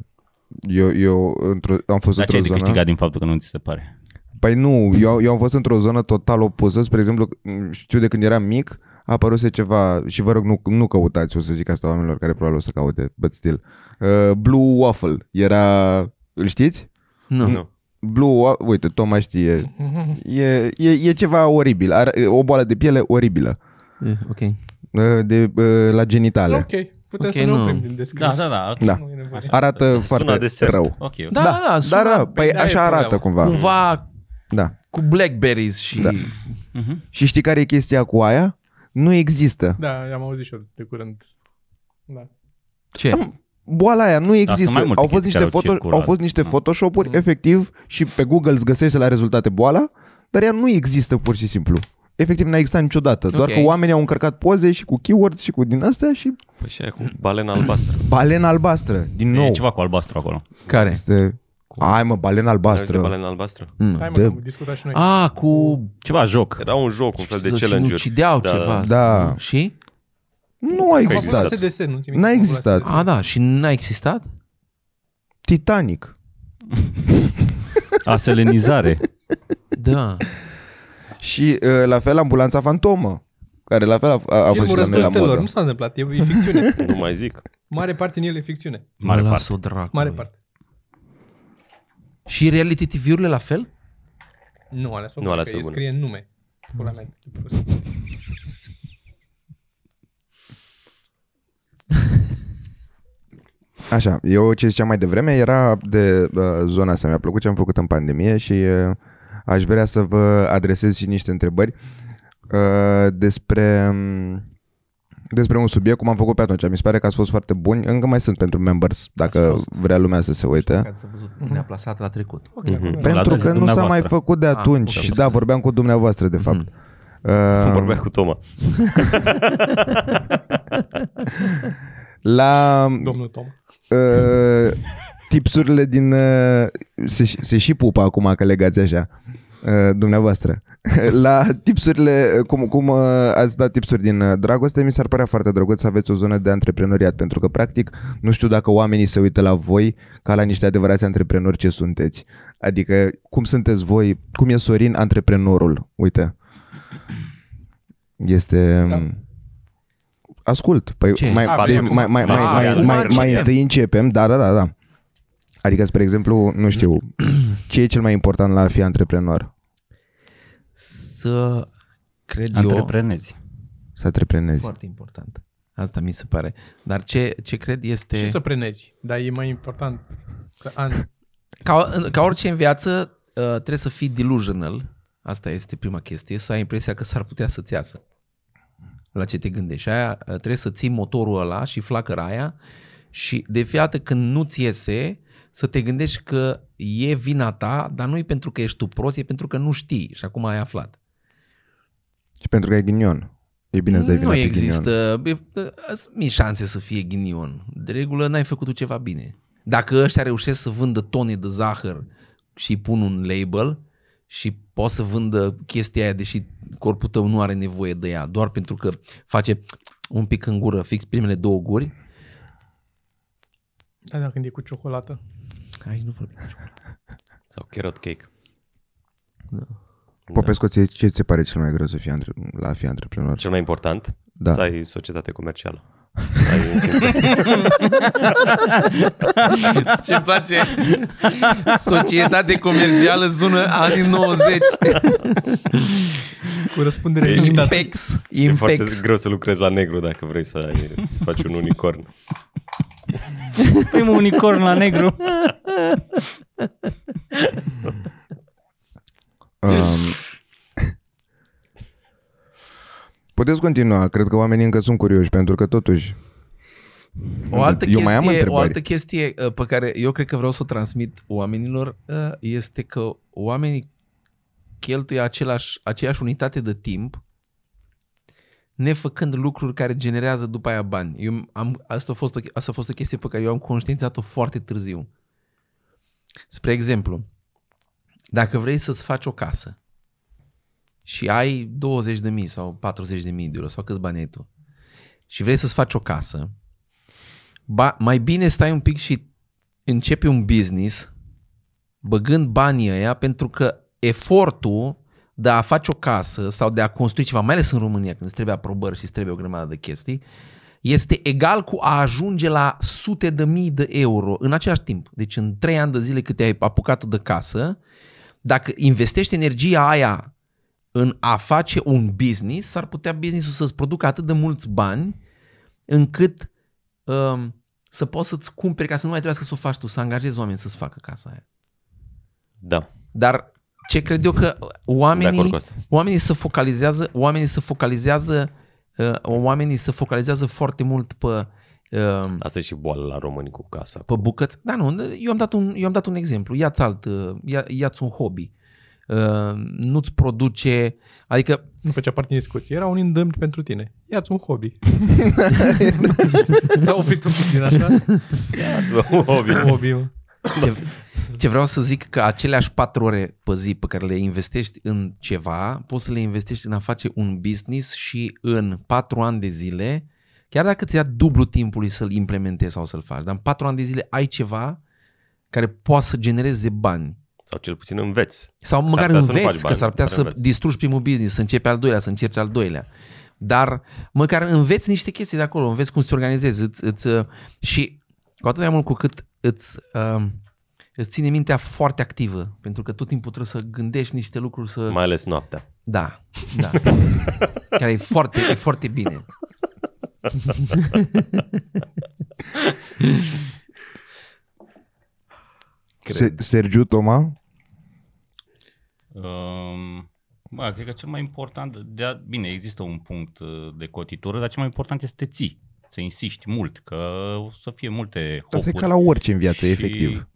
Speaker 5: Eu, eu într-o, am fost
Speaker 4: Dar ce
Speaker 5: într-o
Speaker 4: ai de
Speaker 5: zonă...
Speaker 4: câștigat din faptul că nu ți se pare?
Speaker 5: Păi nu, eu, eu am fost într-o zonă total opusă. Spre exemplu, m, știu de când eram mic, a apăruse ceva, și vă rog, nu, nu căutați, o să zic asta oamenilor care probabil o să caute, but still. Uh, Blue Waffle era... Îl știți?
Speaker 3: Nu.
Speaker 1: Nu.
Speaker 5: Blue Waffle, uite, Toma știe. E, e, e ceva oribil, are, o boală de piele oribilă.
Speaker 3: E, Ok.
Speaker 5: Uh, De, uh, la genitale.
Speaker 2: Ok, putem
Speaker 3: Ok,
Speaker 2: okay, să nu
Speaker 3: nu.
Speaker 2: oprim din descris.
Speaker 4: Da, da, da. ok.
Speaker 5: Da.
Speaker 2: Nu e nevoie.
Speaker 4: Așa.
Speaker 5: Arată foarte
Speaker 1: desert.
Speaker 5: rău.
Speaker 4: Ok, ok.
Speaker 3: Da, da, da, sună,
Speaker 5: dar da, păi
Speaker 2: de-aia e
Speaker 5: așa arată
Speaker 2: problema.
Speaker 5: cumva.
Speaker 3: cumva
Speaker 5: Da.
Speaker 3: cu blackberries și...
Speaker 5: Da.
Speaker 4: Mhm.
Speaker 5: Și știi care e chestia cu aia? Nu există.
Speaker 2: Da, am auzit și eu de curând. Da.
Speaker 3: Ce?
Speaker 5: Boala aia nu
Speaker 4: sunt
Speaker 5: există.
Speaker 4: mai multe
Speaker 5: Au fost
Speaker 4: chestii care
Speaker 5: niște,
Speaker 4: au
Speaker 5: foto-
Speaker 4: circulat.
Speaker 5: au fost niște
Speaker 4: Da.
Speaker 5: photoshop-uri, efectiv, și pe Google îți găsește la rezultate boala, dar ea nu există pur și simplu. Efectiv, n-a existat niciodată. Doar
Speaker 3: Ok.
Speaker 5: că oamenii au încărcat poze și cu keywords și cu din astea și
Speaker 1: Păi și aia cu balena albastră.
Speaker 5: balena albastră, din nou.
Speaker 4: E ceva cu albastru acolo.
Speaker 3: Care?
Speaker 5: Este... Hai mă, balena
Speaker 1: Auzi de
Speaker 5: albastră. Mm.
Speaker 1: balena albastră?
Speaker 2: Hai mă,
Speaker 5: de-
Speaker 2: că am discutat și noi.
Speaker 3: A, Ah, cu...
Speaker 4: Ceva joc.
Speaker 1: Era un joc, un fel de
Speaker 3: să
Speaker 1: challenge-uri.
Speaker 3: sinucideau
Speaker 1: Da,
Speaker 3: ceva.
Speaker 1: da.
Speaker 5: Da.
Speaker 3: Și?
Speaker 5: Nu a
Speaker 1: Că
Speaker 2: Cum a fost la
Speaker 5: existat.
Speaker 2: SDS, nu ți
Speaker 5: N-a existat.
Speaker 3: A, da, și n-a existat?
Speaker 5: Titanic.
Speaker 4: Aselenizare.
Speaker 3: Da.
Speaker 5: Și uh, la fel ambulanța fantomă, care la fel a, a, a fost și
Speaker 2: Filmul
Speaker 5: la noi la
Speaker 2: Război
Speaker 5: modă.
Speaker 2: Stelor, nu s-a întâmplat, e, e ficțiune.
Speaker 1: Nu mai zic.
Speaker 2: Mare parte din el e ficțiune.
Speaker 4: Mare
Speaker 3: Mă
Speaker 4: parte.
Speaker 3: las-o, dracu.
Speaker 2: Mare parte.
Speaker 3: Și reality TV-urile la fel?
Speaker 2: Nu, ales pe
Speaker 1: Nu,
Speaker 2: bune,
Speaker 1: ales
Speaker 2: că
Speaker 1: pe
Speaker 2: îi
Speaker 1: bune.
Speaker 2: scrie nume. Pula mea.
Speaker 5: Așa, eu ce ziceam mai devreme era de uh, zona asta, mi-a plăcut ce am făcut în pandemie și uh, aș vrea să vă adresez și niște întrebări uh, despre um, despre un subiect cum am făcut pe atunci. Mi se pare că ați fost foarte buni. Încă mai sunt pentru members, dacă
Speaker 2: fost.
Speaker 5: vrea lumea să se uite.
Speaker 3: Ați văzut, ne-a plasat la trecut.
Speaker 1: Mhm.
Speaker 5: Pentru
Speaker 4: adresa
Speaker 5: că nu s-a mai
Speaker 4: dumneavoastră.
Speaker 5: făcut de
Speaker 3: Ah,
Speaker 5: atunci.
Speaker 3: ok. Mhm.
Speaker 5: și da, vorbeam cu dumneavoastră, de fapt.
Speaker 1: Cum
Speaker 5: Uh,
Speaker 1: vorbea cu Toma.
Speaker 5: la
Speaker 2: Domnul Tom.
Speaker 5: uh, tipsurile din... Uh, se, și- se și pupă acum că legați așa. Uh, dumneavoastră. La tipsurile, uh, cum, cum uh, ați dat tipsuri din uh, dragoste, mi s-ar părea foarte drăguț să aveți o zonă de antreprenoriat, pentru că, practic, nu știu dacă oamenii se uită la voi ca la niște adevărați antreprenori ce sunteți. Adică, cum sunteți voi, cum e Sorin antreprenorul? Uite. Este... mm,
Speaker 2: Da.
Speaker 5: Ascult. Păi
Speaker 3: Ce
Speaker 5: mai,
Speaker 2: e?
Speaker 5: mai,
Speaker 2: Ah,
Speaker 5: mai, mai, mai,
Speaker 1: Ah,
Speaker 5: mai,
Speaker 1: acum
Speaker 5: mai, mai
Speaker 1: începem.
Speaker 5: întâi începem, da, da, da, da. Adică, spre exemplu, nu știu, ce e cel mai important la a fi antreprenor?
Speaker 3: Să cred eu,
Speaker 4: Antreprenezi.
Speaker 5: Să antreprenezi.
Speaker 3: foarte important. Asta mi se pare. Dar ce, ce cred este...
Speaker 2: Și să prenezi, dar e mai important să an.
Speaker 3: ca, ca orice în viață, uh, trebuie să fii delusional. Asta este prima chestie, să ai impresia că s-ar putea să-ți iasă la ce te gândești. Aia uh, trebuie să ții motorul ăla și flacăra aia și de fiată când nu-ți iese, să te gândești că e vina ta, dar nu e pentru că ești tu prost, e pentru că nu știi și acum ai aflat.
Speaker 5: Și pentru că e ghinion. E bine să dai vina
Speaker 3: nu
Speaker 5: pe
Speaker 3: există, bă, ă, sunt mii șanse să fie ghinion. De regulă n-ai făcut tu ceva bine. Dacă ăștia reușesc să vândă tone de zahăr și îi pun un label și pot să vândă chestia aia deși corpul tău nu are nevoie de ea, doar pentru că face un pic în gură, fix primele două guri,
Speaker 2: Da, da, când e cu ciocolată.
Speaker 3: ai nu vorbim.
Speaker 1: Sau carrot cake.
Speaker 5: Da. Popescu, ție, ce ți se pare cel mai greu să fii antre- la a fi antreprenor?
Speaker 1: Cel mai important,
Speaker 5: Da.
Speaker 1: să ai societate comercială. Să ai înființat.
Speaker 3: Ce place? Societate comercială sună anii 90.
Speaker 2: Cu răspundere limitată.
Speaker 3: Impex.
Speaker 1: e foarte
Speaker 3: Impex.
Speaker 1: greu să lucrezi la negru dacă vrei să, ai, să faci un unicorn.
Speaker 4: Primul unicorn la negru.
Speaker 5: Um, puteți continua, cred că oamenii încă sunt curioși, pentru că totuși...
Speaker 3: O altă,
Speaker 5: Eu
Speaker 3: chestie,
Speaker 5: mai am
Speaker 3: o
Speaker 5: întrebări.
Speaker 3: altă chestie uh, pe care eu cred că vreau să o transmit oamenilor uh, este că oamenii cheltuie același, aceeași unitate de timp nefăcând lucruri care generează după aia bani. Eu am, asta, a fost o, asta a fost o chestie pe care eu am conștientizat-o foarte târziu. Spre exemplu, dacă vrei să-ți faci o casă și ai 20.000 sau 40.000 de euro sau câți bani ai tu și vrei să-ți faci o casă, ba, mai bine stai un pic și începi un business băgând banii ăia pentru că efortul de a face o casă sau de a construi ceva, mai ales în România când îți trebuie aprobări și îți trebuie o grămadă de chestii, este egal cu a ajunge la sute de mii de euro în același timp. Deci în trei ani de zile cât ai apucat de casă, dacă investești energia aia în a face un business, s-ar putea businessul să-ți producă atât de mulți bani încât um, să poți să-ți cumperi ca să nu mai trebuiască să o faci tu, să angajezi oameni să-ți facă casa aia.
Speaker 1: Da,
Speaker 3: Dar ce cred eu că
Speaker 1: de acord
Speaker 3: oamenii,
Speaker 1: cu asta.
Speaker 3: oamenii se focalizează, oamenii se focalizează, uh, oamenii se focalizează foarte mult pe, uh,
Speaker 1: Asta e și boală la români cu casa.
Speaker 3: pe bucăți. Da, nu, eu am dat un, eu am dat un exemplu. Ia-ți alt, uh, ia, ia-ți un hobby. Uh, nu-ți produce, adică
Speaker 2: Nu făcea parte din discuție. Era un îndemn pentru tine. Ia-ți un hobby. S-a oprit un pic din așa. Un
Speaker 1: Obvio.
Speaker 2: hobby, mă.
Speaker 3: Ce vreau să zic că aceleași patru ore pe zi pe care le investești în ceva, poți să le investești în a face un business și în patru ani de zile, chiar dacă ți ia dublu timpului să-l implementezi sau să-l faci, dar în patru ani de zile ai ceva care poate să genereze bani.
Speaker 1: Sau cel puțin înveți.
Speaker 3: Sau măcar
Speaker 1: putea să nu
Speaker 3: înveți,
Speaker 1: faci
Speaker 3: că
Speaker 1: bani,
Speaker 3: s-ar putea
Speaker 1: dar
Speaker 3: să
Speaker 1: înveți.
Speaker 3: distrugi primul business, să începi al doilea, să încerci al doilea. Dar măcar înveți niște chestii de acolo, înveți cum să te organizezi îți, îți, uh, și cu atât mai mult cu cât îți, uh, îți ține mintea foarte activă, pentru că tot timpul trebuie să gândești niște lucruri să...
Speaker 1: Mai ales noaptea.
Speaker 3: Da, da. Care e foarte, e foarte bine.
Speaker 5: Se- Sergiu Toma,
Speaker 4: Um, Bă, cred că cel mai important, de a, bine, există un punct uh, de cotitură, dar cel mai important este să te ții, să insiști mult, că o să fie multe hopuri.
Speaker 5: Asta e ca la orice în viață,
Speaker 4: și-
Speaker 5: efectiv.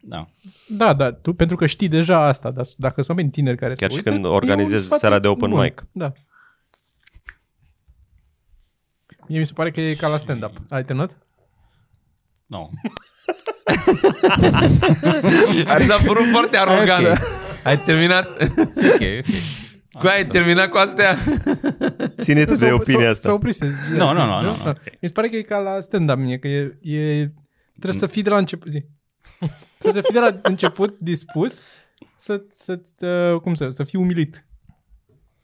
Speaker 4: Da.
Speaker 2: Da, da, tu, pentru că știi deja asta, dar dacă sunt oameni tineri care
Speaker 1: Chiar
Speaker 2: se
Speaker 1: și
Speaker 2: uită,
Speaker 1: când
Speaker 2: e un
Speaker 1: organizezi
Speaker 2: sfat
Speaker 1: seara de open
Speaker 2: bun.
Speaker 1: mic.
Speaker 2: Da. Mie mi se pare că e ca la stand-up. Ai terminat?
Speaker 4: No.
Speaker 3: Ar s-a părut foarte arogant.
Speaker 4: Ok.
Speaker 3: Ai terminat?
Speaker 4: Ok, ok.
Speaker 3: Cu ai terminat cu astea?
Speaker 1: Ține-te de opinia
Speaker 2: S-a
Speaker 1: asta.
Speaker 2: oprit
Speaker 4: Nu, nu, nu, nu, nu.
Speaker 2: Mi se pare că e ca la stand-up mie, că e, e trebuie să fii de la început, zi. Trebuie să fii de la început dispus să, să, să cum să, să fii umilit.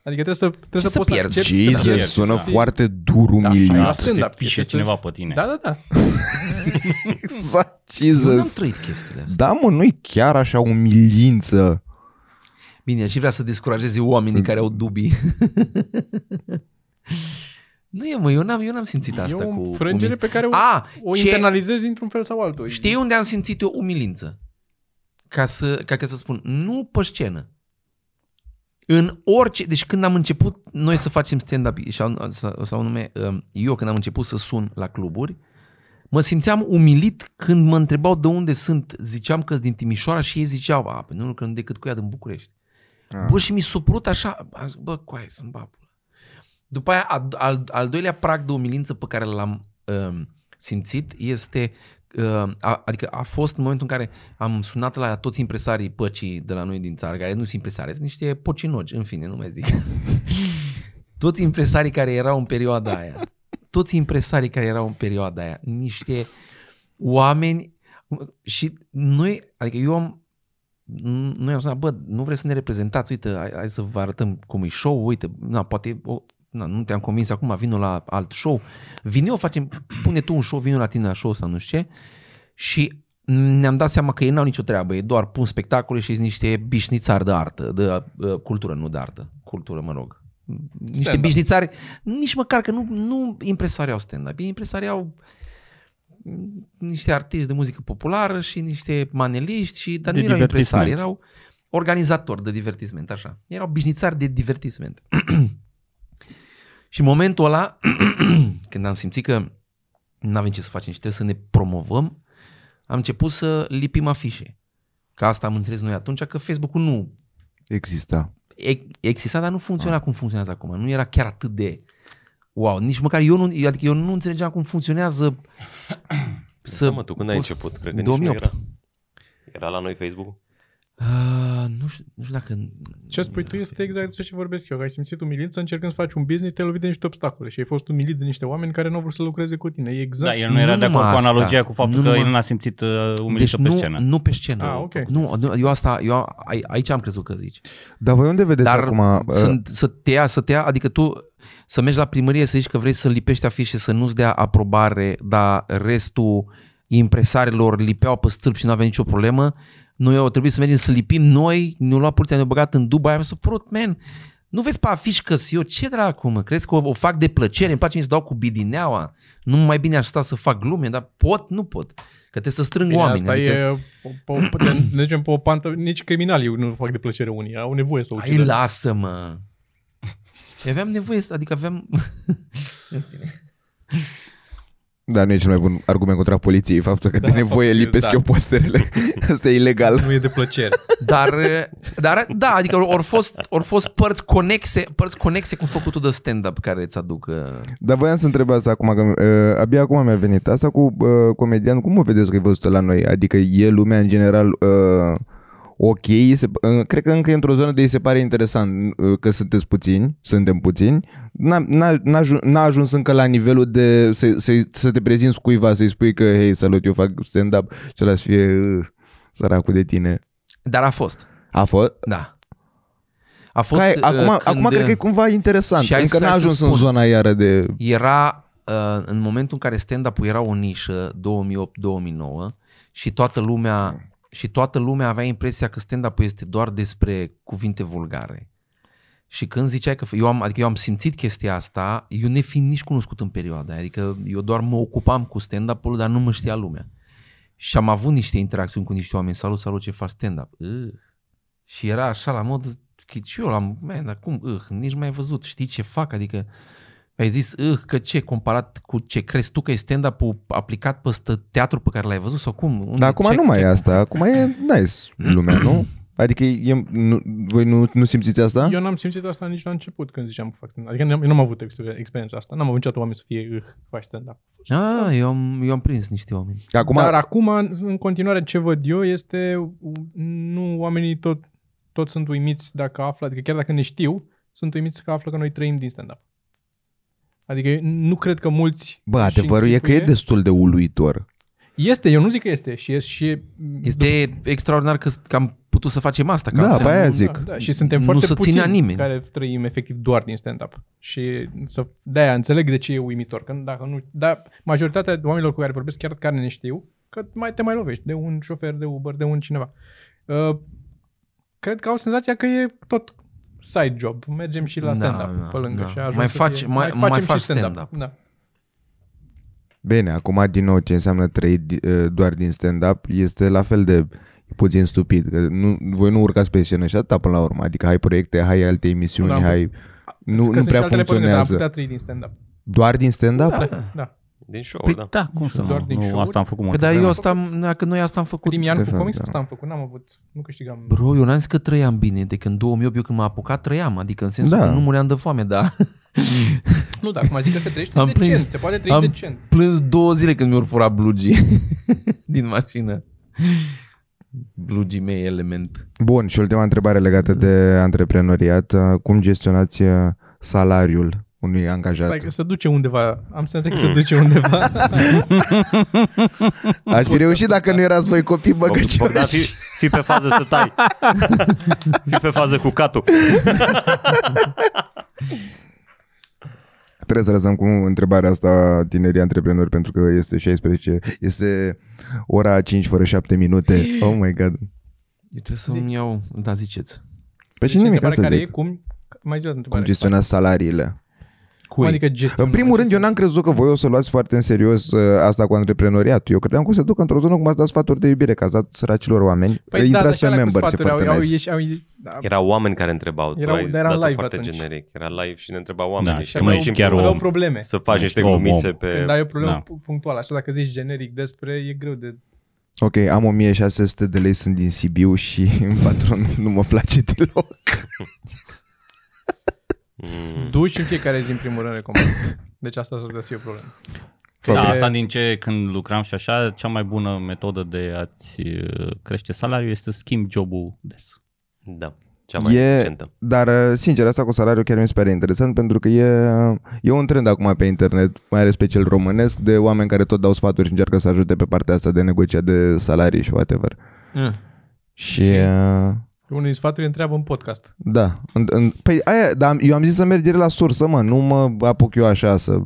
Speaker 2: Adică trebuie să, trebuie
Speaker 3: să
Speaker 2: să poți
Speaker 3: pierzi?
Speaker 2: accepti să
Speaker 5: Jesus,
Speaker 2: pierzi,
Speaker 5: sună
Speaker 2: să fii-
Speaker 5: foarte dur umilit.
Speaker 2: Da,
Speaker 4: Da,
Speaker 2: la
Speaker 4: să se
Speaker 2: stand-up.
Speaker 4: pișe
Speaker 2: trebuie să-
Speaker 4: cineva pe tine.
Speaker 2: Da, da, da.
Speaker 5: Exact,
Speaker 3: Nu am
Speaker 5: Jesus.
Speaker 3: trăit chestiile astea.
Speaker 5: Da, mă, nu-i chiar așa umilință.
Speaker 3: Bine, și vrea să descurajeze oamenii care au dubii. nu e, mă, eu n-am, eu n-am simțit asta
Speaker 2: e o
Speaker 3: cu... cu
Speaker 2: frângere
Speaker 3: minți-
Speaker 2: pe care o,
Speaker 3: A,
Speaker 2: o
Speaker 3: ce-
Speaker 2: internalizezi într-un fel sau altul.
Speaker 3: Știi unde am simțit eu umilință? Ca să, ca, ca să spun, nu pe scenă. În orice, deci când am început noi să facem stand-up și am- sau, sau nume, um, eu când am început să sun la cluburi, mă simțeam umilit când mă întrebau de unde sunt, ziceam că din Timișoara și ei ziceau, a, păi nu lucrăm decât cu ea din București.
Speaker 5: Ah.
Speaker 3: Bă, și mi s-a părut așa, am zis, bă, coai, sunt babul. După aia, al, al, al doilea prag de umilință pe care l-am um, simțit este, um, a, adică a fost în momentul în care am sunat la toți impresarii păcii de la noi din țară, care nu sunt impresari, sunt niște pocinogi, în fine, nu mai zic. toți impresarii care erau în perioada aia, toți impresarii care erau în perioada aia, niște oameni și noi, adică eu am noi am zis, bă, nu vreți să ne reprezentați, uite, hai, hai să vă arătăm cum e show, uite, na, poate, o, na, nu te-am convins acum, vino la alt show, vin eu, facem, pune tu un show, vin eu la tine la show sau nu știu ce și ne-am dat seama că ei n-au nicio treabă, ei doar pun spectacole și sunt niște bișnițari de artă, de uh, cultură, nu de artă, cultură, mă rog. Niște
Speaker 2: Stand-up.
Speaker 3: bișnițari, nici măcar că nu, nu impresarii au stand-up, ei impresarii au niște artiști de muzică populară și niște maneliști, și, dar
Speaker 4: De
Speaker 3: nu erau impresari,
Speaker 4: divertisment.
Speaker 3: erau organizatori de divertisment, așa. Erau bișnițari de divertisment. și în momentul ăla, când am simțit că nu avem ce să facem și trebuie să ne promovăm, am început să lipim afișe. Că asta am înțeles noi atunci, că Facebook-ul nu
Speaker 5: Exista.
Speaker 3: e- exista, dar nu funcționa cum funcționează acum. Nu era chiar atât de wow. Nici măcar eu nu, eu- adică eu nu înțelegeam cum funcționează
Speaker 1: Da,
Speaker 3: să...
Speaker 1: mă, tu când ai început? Cred că nici nu
Speaker 3: 2008.
Speaker 1: era. Era la noi Facebook?
Speaker 3: Ah, nu, știu, nu știu dacă...
Speaker 2: Ce spui tu este exact despre ce vorbesc eu, că ai simțit umilință încercând să faci un business, te-ai lovit de niște obstacole și ai fost umilit de niște oameni care nu au vrut să lucreze cu tine. E exact.
Speaker 4: Da, el nu
Speaker 3: Nu
Speaker 4: era de acord
Speaker 3: numai
Speaker 4: cu
Speaker 3: asta.
Speaker 4: analogia cu faptul
Speaker 3: Nu
Speaker 4: că
Speaker 3: numai-
Speaker 4: el n-a simțit uh, umilită pe
Speaker 3: Deci nu,
Speaker 4: scenă.
Speaker 3: nu pe scenă.
Speaker 2: Ah, ok.
Speaker 3: Nu, nu, eu asta, eu a- aici am crezut că zici.
Speaker 5: Dar voi unde vedeți
Speaker 3: Dar
Speaker 5: acum? uh,
Speaker 3: Sunt, să te ia, să te ia, adică tu să mergi la primărie să zici că vrei să lipești afișe, să nu-ți dea aprobare, dar restul impresarilor lipeau pe stâlp și nu avea nicio problemă. Noi au trebuit să mergem să lipim noi, ne-au luat poliția, ne-au băgat în Dubai, am zis, prut, man, nu vezi pe afiș că sunt eu, ce dracu mă, crezi că o, o fac de plăcere, îmi place mie să dau cu bidineaua, nu mai bine aș sta să fac glume, dar pot, nu pot, că trebuie să strâng
Speaker 2: Bine,
Speaker 3: oameni.
Speaker 2: asta
Speaker 3: adică...
Speaker 2: e, o, o, o, de, zicem, pe o pantă, nici criminalii nu fac de plăcere unii, au nevoie să
Speaker 3: Hai,
Speaker 2: ucidă.
Speaker 3: lasă-mă! Eu Aveam nevoie să, adică aveam...
Speaker 5: Da, nu e cel mai bun argument contra poliției, faptul că da, de
Speaker 2: Da,
Speaker 5: nevoie
Speaker 2: faptul-
Speaker 5: lipesc
Speaker 2: da.
Speaker 5: eu posterele. Asta e ilegal.
Speaker 2: Nu e de plăcere.
Speaker 3: Dar, dar da, adică ori fost, ori fost părți conexe, părți conexe cu făcutul de stand-up care îți aduc... uh,
Speaker 5: Dar voiam să întreb asta acum, că uh, abia acum mi-a venit. Asta cu uh, comedian, cum o vedeți că e văzută la noi? Adică e lumea în general uh, ok? Se, uh, cred că încă e într-o zonă de îi se pare interesant uh, că sunteți puțini, suntem puțini. N-a, n-a, n-a, ajun- n-a ajuns încă la nivelul de să, să, să te prezinți cuiva, să-i spui că, hei, salut, eu fac stand-up, și ăla să fie uh, săracul de tine.
Speaker 3: Dar a fost,
Speaker 5: A fost?
Speaker 3: da. A fost...
Speaker 5: Fost, Hai,
Speaker 3: uh,
Speaker 5: acum, acum cred că e cumva interesant.
Speaker 3: Și
Speaker 5: Și
Speaker 3: hai
Speaker 5: încă
Speaker 3: să-
Speaker 5: n-a
Speaker 3: hai să
Speaker 5: ajuns în
Speaker 3: spun.
Speaker 5: zona iară de...
Speaker 3: Era uh, în momentul în care stand-up-ul era o nișă, 2008-2009, și toată lumea și toată lumea avea impresia că stand-up-ul este doar despre cuvinte vulgare. Și când ziceai că eu am, adică eu am simțit chestia asta, eu ne fiind nici cunoscut în perioada aia, adică eu doar mă ocupam cu stand-up-ul, dar nu mă știa lumea. Și am avut niște interacțiuni cu niște oameni, salut, salut, ce faci stand-up? Ugh. Și era așa la modul, că și eu l-am, man, dar cum, uh, nici mai ai văzut, știi ce fac, adică ai zis, uh, că ce, comparat cu ce crezi tu că e stand-up-ul aplicat peste teatru pe care l-ai văzut sau cum? Unde,
Speaker 5: Dar acum
Speaker 3: ce,
Speaker 5: nu mai
Speaker 3: ce?
Speaker 5: e asta, acum e nice lumea, nu? Adică e, nu, voi nu, nu simțiți asta?
Speaker 2: Eu n-am simțit asta nici la început când ziceam că fac stand Adică n-am, eu n-am avut exper- experiența asta. N-am avut niciodată oameni să fie uh, faci stand-up.
Speaker 3: Ah, eu am, eu am prins niște oameni.
Speaker 5: Că Acum,
Speaker 2: Dar acum, în- în continuare, ce văd eu este u- nu oamenii tot, tot sunt uimiți dacă află, adică chiar dacă ne știu, sunt uimiți că află că noi trăim din stand-up. Adică eu nu cred că mulți...
Speaker 5: bă,
Speaker 2: își
Speaker 5: adevărul e că e
Speaker 2: închipuie-
Speaker 5: destul de uluitor.
Speaker 2: Este, eu nu zic că este. Și, este, și
Speaker 3: Este extraordinar că, că am putut să facem asta. Că
Speaker 5: Da,
Speaker 3: altfel
Speaker 5: pe aia
Speaker 3: nu-
Speaker 5: zic.
Speaker 2: Da, da, și suntem
Speaker 3: Păi Nu
Speaker 2: foarte
Speaker 3: se
Speaker 2: puțini
Speaker 3: ținea nimeni.
Speaker 2: care trăim efectiv doar din stand-up. Și să, de-aia înțeleg de ce e uimitor. Că dacă nu, dar majoritatea oamenilor cu care vorbesc chiar care ne știu, că mai te mai lovești de un șofer, de Uber, de un cineva. Uh, cred că au senzația că e tot side job. Mergem și
Speaker 3: Da,
Speaker 2: la stand-up
Speaker 3: da,
Speaker 2: pe lângă.
Speaker 3: da.
Speaker 2: Și a ajuns
Speaker 3: Mai
Speaker 2: să
Speaker 3: faci-
Speaker 2: fie,
Speaker 3: mai- mai
Speaker 2: facem
Speaker 3: faci
Speaker 2: și stand-up.
Speaker 3: stand-up.
Speaker 2: Da.
Speaker 5: Bine, acum din nou ce înseamnă trăi eh, doar din stand-up este la fel de puțin stupid. Că nu, voi nu urcați pe scenă și atâta până la urmă. Adică hai proiecte, hai alte emisiuni,
Speaker 2: Da, am-
Speaker 5: hai... Nu,
Speaker 2: Că
Speaker 5: nu
Speaker 2: sunt
Speaker 5: prea
Speaker 2: și altele părinte, dar Am
Speaker 5: funcționează.
Speaker 2: putea trăi din stand-up.
Speaker 5: Doar din stand-up?
Speaker 2: Da.
Speaker 1: Din show,
Speaker 4: Păi
Speaker 1: da.
Speaker 4: da, cum să
Speaker 2: doar
Speaker 4: nu?
Speaker 2: din
Speaker 4: nu
Speaker 2: show-uri?
Speaker 4: asta am făcut da,
Speaker 3: Păi
Speaker 4: multă
Speaker 3: dar eu
Speaker 4: vreme.
Speaker 3: asta, am- dacă noi asta am făcut...
Speaker 2: Primii ani cu
Speaker 5: Ștefan,
Speaker 2: comics,
Speaker 5: da.
Speaker 2: asta am făcut. N-am avut, nu câștigam.
Speaker 3: Bro, eu n-am zis că trăiam bine, de când 2008 eu când m-am apucat trăiam, adică în sensul
Speaker 5: Da.
Speaker 3: da. că nu muream de foame, dar
Speaker 2: Nu, dar cum zic că se trăiește
Speaker 3: Am
Speaker 2: decent.
Speaker 3: prins.
Speaker 2: Se poate trăi
Speaker 3: Am-
Speaker 2: decent.
Speaker 3: plâns două zile când mi-au furat blugii din mașină. Blugii mei element.
Speaker 5: Bun, și ultima întrebare
Speaker 2: Mm.
Speaker 5: legată de antreprenoriat. eh, Cum gestionați eh, salariul unui angajat?
Speaker 2: Stai că se duce undeva. Am senzația că se duce undeva.
Speaker 5: Aș fi reușit dacă nu erați voi copii băgăcioși.
Speaker 1: Bogdan, da, fi, fi pe fază să tai. fi pe fază cu catul.
Speaker 5: Trebuie să lăsăm cu întrebarea asta tinerii antreprenori pentru că este 16, este ora 5 fără 7 minute. Oh my god.
Speaker 3: Eu trebuie să-mi iau... Da, ziceți.
Speaker 5: Pe
Speaker 2: Deci
Speaker 5: cine nimic,
Speaker 2: întrebarea
Speaker 5: asta
Speaker 2: care
Speaker 5: zic.
Speaker 2: e cum, mai zi o întrebare.
Speaker 5: Cum gestionați salariile?
Speaker 2: Cum adică gestion,
Speaker 5: În primul rând, eu n-am crezut că voi o să luați foarte în serios uh, asta cu antreprenoriatul. Eu credeam că o să duc într-o zonă cum ați dat sfaturi de iubire, că ați dat săracilor oameni.
Speaker 2: păi da,
Speaker 5: Intrați
Speaker 2: dar
Speaker 5: pe
Speaker 2: și alea cu
Speaker 5: members, e
Speaker 2: sfaturi
Speaker 5: foarte
Speaker 2: au, au,
Speaker 5: nice.
Speaker 2: ieși, au, ieși- da,
Speaker 1: Erau oameni care întrebau.
Speaker 2: Erau-
Speaker 1: Erau,
Speaker 2: era
Speaker 1: era
Speaker 2: live
Speaker 1: live foarte
Speaker 2: atunci.
Speaker 1: generic. Era live și ne întrebau oamenii.
Speaker 4: Da,
Speaker 1: și
Speaker 4: și
Speaker 1: pur
Speaker 4: noi
Speaker 1: și
Speaker 4: ești
Speaker 1: simplu
Speaker 4: chiar
Speaker 2: aveau
Speaker 4: om.
Speaker 2: probleme.
Speaker 1: Să faci
Speaker 4: Ești
Speaker 1: niște
Speaker 4: om,
Speaker 1: glumițe
Speaker 4: om.
Speaker 1: pe...
Speaker 2: Când ai o problemă
Speaker 4: da.
Speaker 2: da. punctuală, așa dacă zici generic despre, e greu de...
Speaker 5: Ok, am 1600 de lei, sunt din Sibiu și patronul nu mă place deloc.
Speaker 1: Mm.
Speaker 2: Duci în fiecare zi, în primul rând, recomand. Deci asta s-ar putea să fie o problemă.
Speaker 4: Da,
Speaker 2: Fabrice.
Speaker 4: asta din ce când lucram și așa, cea mai bună metodă de a-ți uh, crește salariul este să schimbi jobul des.
Speaker 1: Da. Cea mai
Speaker 5: E-
Speaker 1: eficientă.
Speaker 5: Dar, uh, sincer, asta cu salariul chiar mi se pare interesant pentru că e, uh, e un trend acum pe internet, mai ales pe cel românesc, de oameni care tot dau sfaturi și încearcă să ajute pe partea asta de negociat de salarii și whatever. Și, uh,
Speaker 2: Unul din sfaturi întreabă în podcast.
Speaker 5: da. În, în, păi aia, dar am- eu am zis să merg direct la sursă, mă, nu mă apuc eu așa să...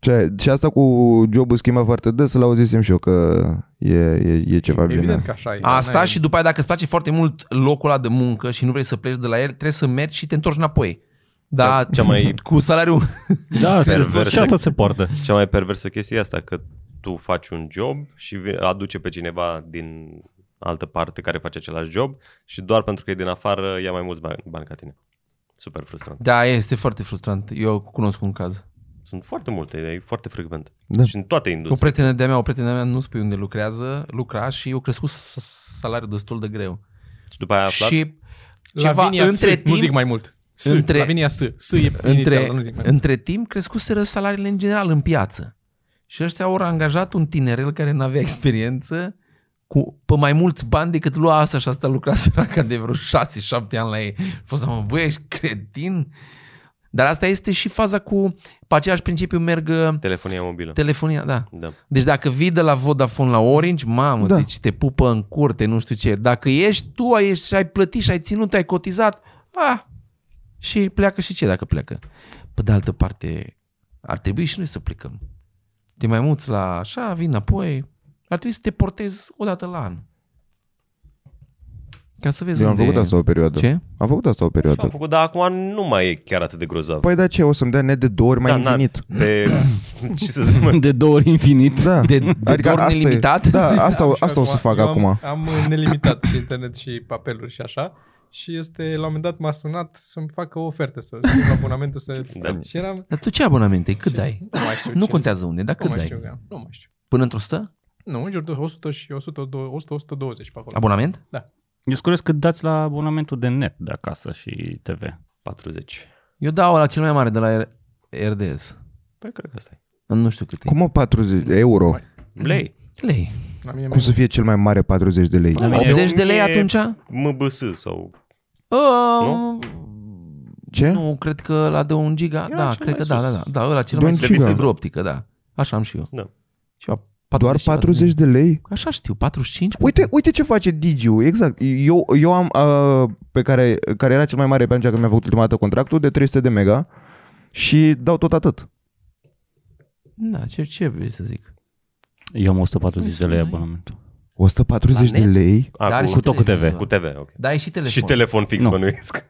Speaker 5: Ce, și asta cu jobul schimba foarte des, l-auzisem și eu că e, e, e ceva
Speaker 2: Evident
Speaker 5: Păi bine.
Speaker 2: că așa e. Da, dar
Speaker 3: Asta
Speaker 2: Păi, n-ai-
Speaker 3: și după aia dacă îți place foarte mult locul ăla de muncă și nu vrei să pleci de la el, trebuie să mergi și te întorci înapoi. Da,
Speaker 1: Cea- cea mai-
Speaker 3: cu salariul
Speaker 4: Da, se-
Speaker 1: Perverse.
Speaker 4: și asta se poartă.
Speaker 1: Cea mai perversă chestie e asta, că tu faci un job și vi- aduce pe cineva din altă parte care face același job și doar pentru că e din afară ia mai mulți bani, bani ca tine. Super frustrant.
Speaker 3: Da, este foarte frustrant. Eu cunosc un caz.
Speaker 1: Sunt foarte multe, e foarte frecvent.
Speaker 5: Da.
Speaker 1: Da. Și în toate
Speaker 3: O
Speaker 1: industrie.
Speaker 3: prietenă de-a mea, o prietenă de-a mea nu spui unde lucrează, lucra și eu crescut s- salariul destul de greu.
Speaker 1: Și după aia ai aflat, și...
Speaker 3: Și ceva
Speaker 2: Lavinia
Speaker 3: între
Speaker 2: S,
Speaker 3: timp,
Speaker 2: nu zic mai mult. S,
Speaker 3: între-
Speaker 2: între, Lavinia S. S e inițial,
Speaker 3: între,
Speaker 2: dar nu zic mai mult.
Speaker 3: între timp crescuseră salariile în general în piață. Și ăștia au angajat un tinerel care nu avea experiență cu, pe mai mulți bani decât lua asta și asta lucra săraca de vreo 6-7 ani la ei. A Fost, mă, băi, ești cretin? Dar asta este și faza cu, pe același principiu merg uh,
Speaker 1: telefonia mobilă. Te...
Speaker 3: telefonia, da.
Speaker 1: Da.
Speaker 3: Deci dacă vii de la Vodafone la Orange, mamă,
Speaker 5: Da.
Speaker 3: da. deci te pupă în curte, nu știu ce. Dacă ești tu, ai, ești, și ai plătit și ai ținut, ai cotizat, ah, și pleacă și ce dacă pleacă? Pe de altă parte, ar trebui și noi să plecăm. Te mai muți la așa, vin înapoi, ar trebui să te portezi odată la an. Ca să vezi
Speaker 5: Eu am
Speaker 3: unde...
Speaker 5: făcut asta o perioadă.
Speaker 3: Ce?
Speaker 5: Am făcut asta o
Speaker 1: Și am
Speaker 5: perioadă.
Speaker 1: făcut, dar acum nu mai e chiar atât de grozav.
Speaker 5: Păi da, ce? O să-mi dea net de două ori mai
Speaker 1: da, na-
Speaker 5: infinit.
Speaker 1: Pe... Ce să zic, mă?
Speaker 4: De două ori infinit.
Speaker 5: Da.
Speaker 3: De- de două ori
Speaker 5: asta e.
Speaker 3: nelimitat?
Speaker 5: Da, asta,
Speaker 2: Am
Speaker 5: o-
Speaker 2: și
Speaker 5: asta o să fac
Speaker 2: eu
Speaker 5: acum.
Speaker 2: Am, am uh, nelimitat și internet și papeluri și așa. Și este, la un moment dat m-a sunat să-mi facă o ofertă, să schimb abonamentul, să...
Speaker 1: Da.
Speaker 2: Și eram...
Speaker 3: Dar tu ce abonamente ai? Cât dai?
Speaker 2: Nu mai știu
Speaker 3: Nu
Speaker 2: ce-
Speaker 3: contează unde, dar
Speaker 2: nu
Speaker 3: cât
Speaker 2: mai știu,
Speaker 3: dai?
Speaker 2: că- nu mai știu.
Speaker 3: Până într-o 100?
Speaker 2: Nu, în jur de 100 și 100, 100 120 pe acolo.
Speaker 3: Abonament?
Speaker 4: Eu sunt curios cât dați la abonamentul de net de acasă și TV.
Speaker 1: 40.
Speaker 3: Eu dau la cel mai mare de la R- RDS.
Speaker 1: Păi cred că asta e.
Speaker 3: Nu știu cât e.
Speaker 5: Cum mă 40 de euro?
Speaker 1: Lei.
Speaker 3: Lei.
Speaker 2: La mine
Speaker 5: Cum
Speaker 2: mai...
Speaker 5: să fie cel mai mare 40 de lei?
Speaker 4: mine
Speaker 3: 80 de lei
Speaker 1: e-
Speaker 3: atunci?
Speaker 1: MBS sau...
Speaker 3: Um,
Speaker 5: Ce?
Speaker 3: Nu, cred că la de un giga,
Speaker 1: Era
Speaker 3: da,
Speaker 1: cel mai
Speaker 3: cred că da, da,
Speaker 1: sus.
Speaker 3: da, da, ăla cel
Speaker 5: De
Speaker 3: mai
Speaker 5: un
Speaker 3: sus cu
Speaker 5: giga.
Speaker 3: fibră optică, da. Așa am și eu.
Speaker 1: Da.
Speaker 3: Și eu
Speaker 5: Doar 40 de lei?
Speaker 3: Așa știu, 45?
Speaker 5: Uite, uite ce face Digiu, exact. Eu, eu am, uh, pe care, care era cel mai mare pe atunci când mi-a făcut ultima dată contractul, de 300 de mega și dau tot atât.
Speaker 3: Da, ce, ce vrei să zic?
Speaker 4: Eu am 140 de lei
Speaker 3: Hai.
Speaker 4: abonamentul.
Speaker 5: 140
Speaker 1: La
Speaker 5: de
Speaker 1: net?
Speaker 5: lei?
Speaker 1: A,
Speaker 3: Dar
Speaker 1: cu,
Speaker 3: și
Speaker 1: cu,
Speaker 4: tot cu TV.
Speaker 3: televizor.
Speaker 1: cu TV, ok.
Speaker 3: Da, ai și telefon.
Speaker 1: Și Da. telefon fix
Speaker 4: Nu.
Speaker 1: bănuiesc.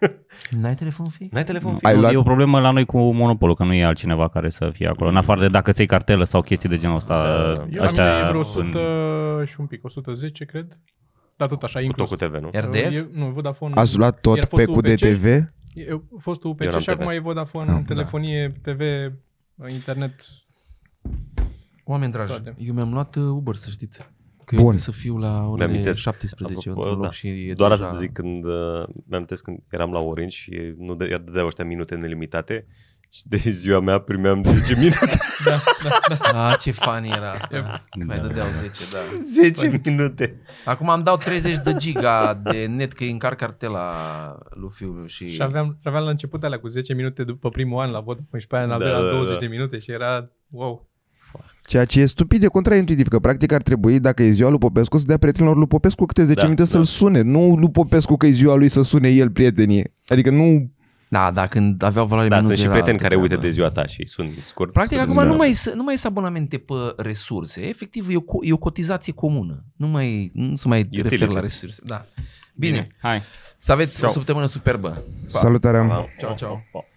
Speaker 3: N-ai telefon fix?
Speaker 1: N-ai telefon fix?
Speaker 5: Ai
Speaker 4: Nu,
Speaker 5: luat-
Speaker 4: E o problemă la noi cu monopolul, că nu e altcineva care să fie acolo. În afară de dacă ți iei cartelă sau chestii de genul ăsta.
Speaker 1: Da.
Speaker 2: Eu, la mine e
Speaker 4: Ăștia,
Speaker 2: vreo
Speaker 4: sunt-
Speaker 2: 100 și un pic, 110, cred. Dar tot așa,
Speaker 1: Cu tot
Speaker 2: inclus.
Speaker 1: cu TV, nu?
Speaker 2: Uh,
Speaker 3: RDS?
Speaker 2: e- Nu, Vodafone...
Speaker 5: Ați luat tot
Speaker 2: Iar fostul
Speaker 5: pe cu de
Speaker 2: UPC?
Speaker 5: TV?
Speaker 2: E fost
Speaker 1: Eu
Speaker 2: UPC
Speaker 1: n-am
Speaker 2: și acum
Speaker 1: TV.
Speaker 2: e Vodafone,
Speaker 5: Ah,
Speaker 2: telefonie, TV, internet.
Speaker 3: Oameni dragi,
Speaker 2: Toate.
Speaker 3: eu mi-am luat uh, Uber, să știți. Că eu
Speaker 5: Bun.
Speaker 3: trebuie să fiu la orele
Speaker 1: Mi-amintesc.
Speaker 3: 17
Speaker 1: Apropo,
Speaker 3: într-un loc
Speaker 1: da.
Speaker 3: și e
Speaker 1: Doar
Speaker 3: deja-
Speaker 1: atât zic când uh, mi-am tes când eram la Orange și nu de, dădeau ăștia minute nelimitate și de ziua mea primeam 10 minute.
Speaker 3: Ah, ce fan era asta. Îți mai
Speaker 4: Da.
Speaker 3: dădeau 10, da.
Speaker 1: 10 minute.
Speaker 3: Acum îmi dau 30 de giga de net că îi încarc cartela lui fiul meu și...
Speaker 2: Și aveam, și aveam la început alea cu 10 minute după primul an la Vodafone și pe aia în al
Speaker 1: Da,
Speaker 2: doilea
Speaker 1: da, da.
Speaker 2: 20 de minute și era wow.
Speaker 5: Ceea ce e stupid de contraintuitiv, că practic ar trebui, dacă e ziua lui Popescu, să dea prietenilor lui Popescu câte 10
Speaker 1: Da,
Speaker 5: minute
Speaker 1: da.
Speaker 5: să-l sune. Nu lui Popescu că e ziua lui să sune el prietenii. Adică nu...
Speaker 3: Da, da, când aveau valoare
Speaker 1: Da,
Speaker 3: minus
Speaker 1: sunt și
Speaker 3: era
Speaker 1: prieteni
Speaker 3: altă
Speaker 1: care uită
Speaker 3: treabă.
Speaker 1: de ziua ta și îi sun scurt.
Speaker 3: Practic,
Speaker 1: să
Speaker 3: acum
Speaker 1: zic,
Speaker 3: nu
Speaker 1: da.
Speaker 3: mai, s- nu mai sunt abonamente pe resurse. Efectiv, e o, co- e o cotizație comună. Nu mai nu se mai
Speaker 1: Utility.
Speaker 3: refer la resurse. Da. Bine,
Speaker 4: Hai.
Speaker 3: să aveți o săptămână superbă. Pa.
Speaker 5: Salutarea.
Speaker 1: Wow.
Speaker 3: Ciao, ciao.
Speaker 4: Pa.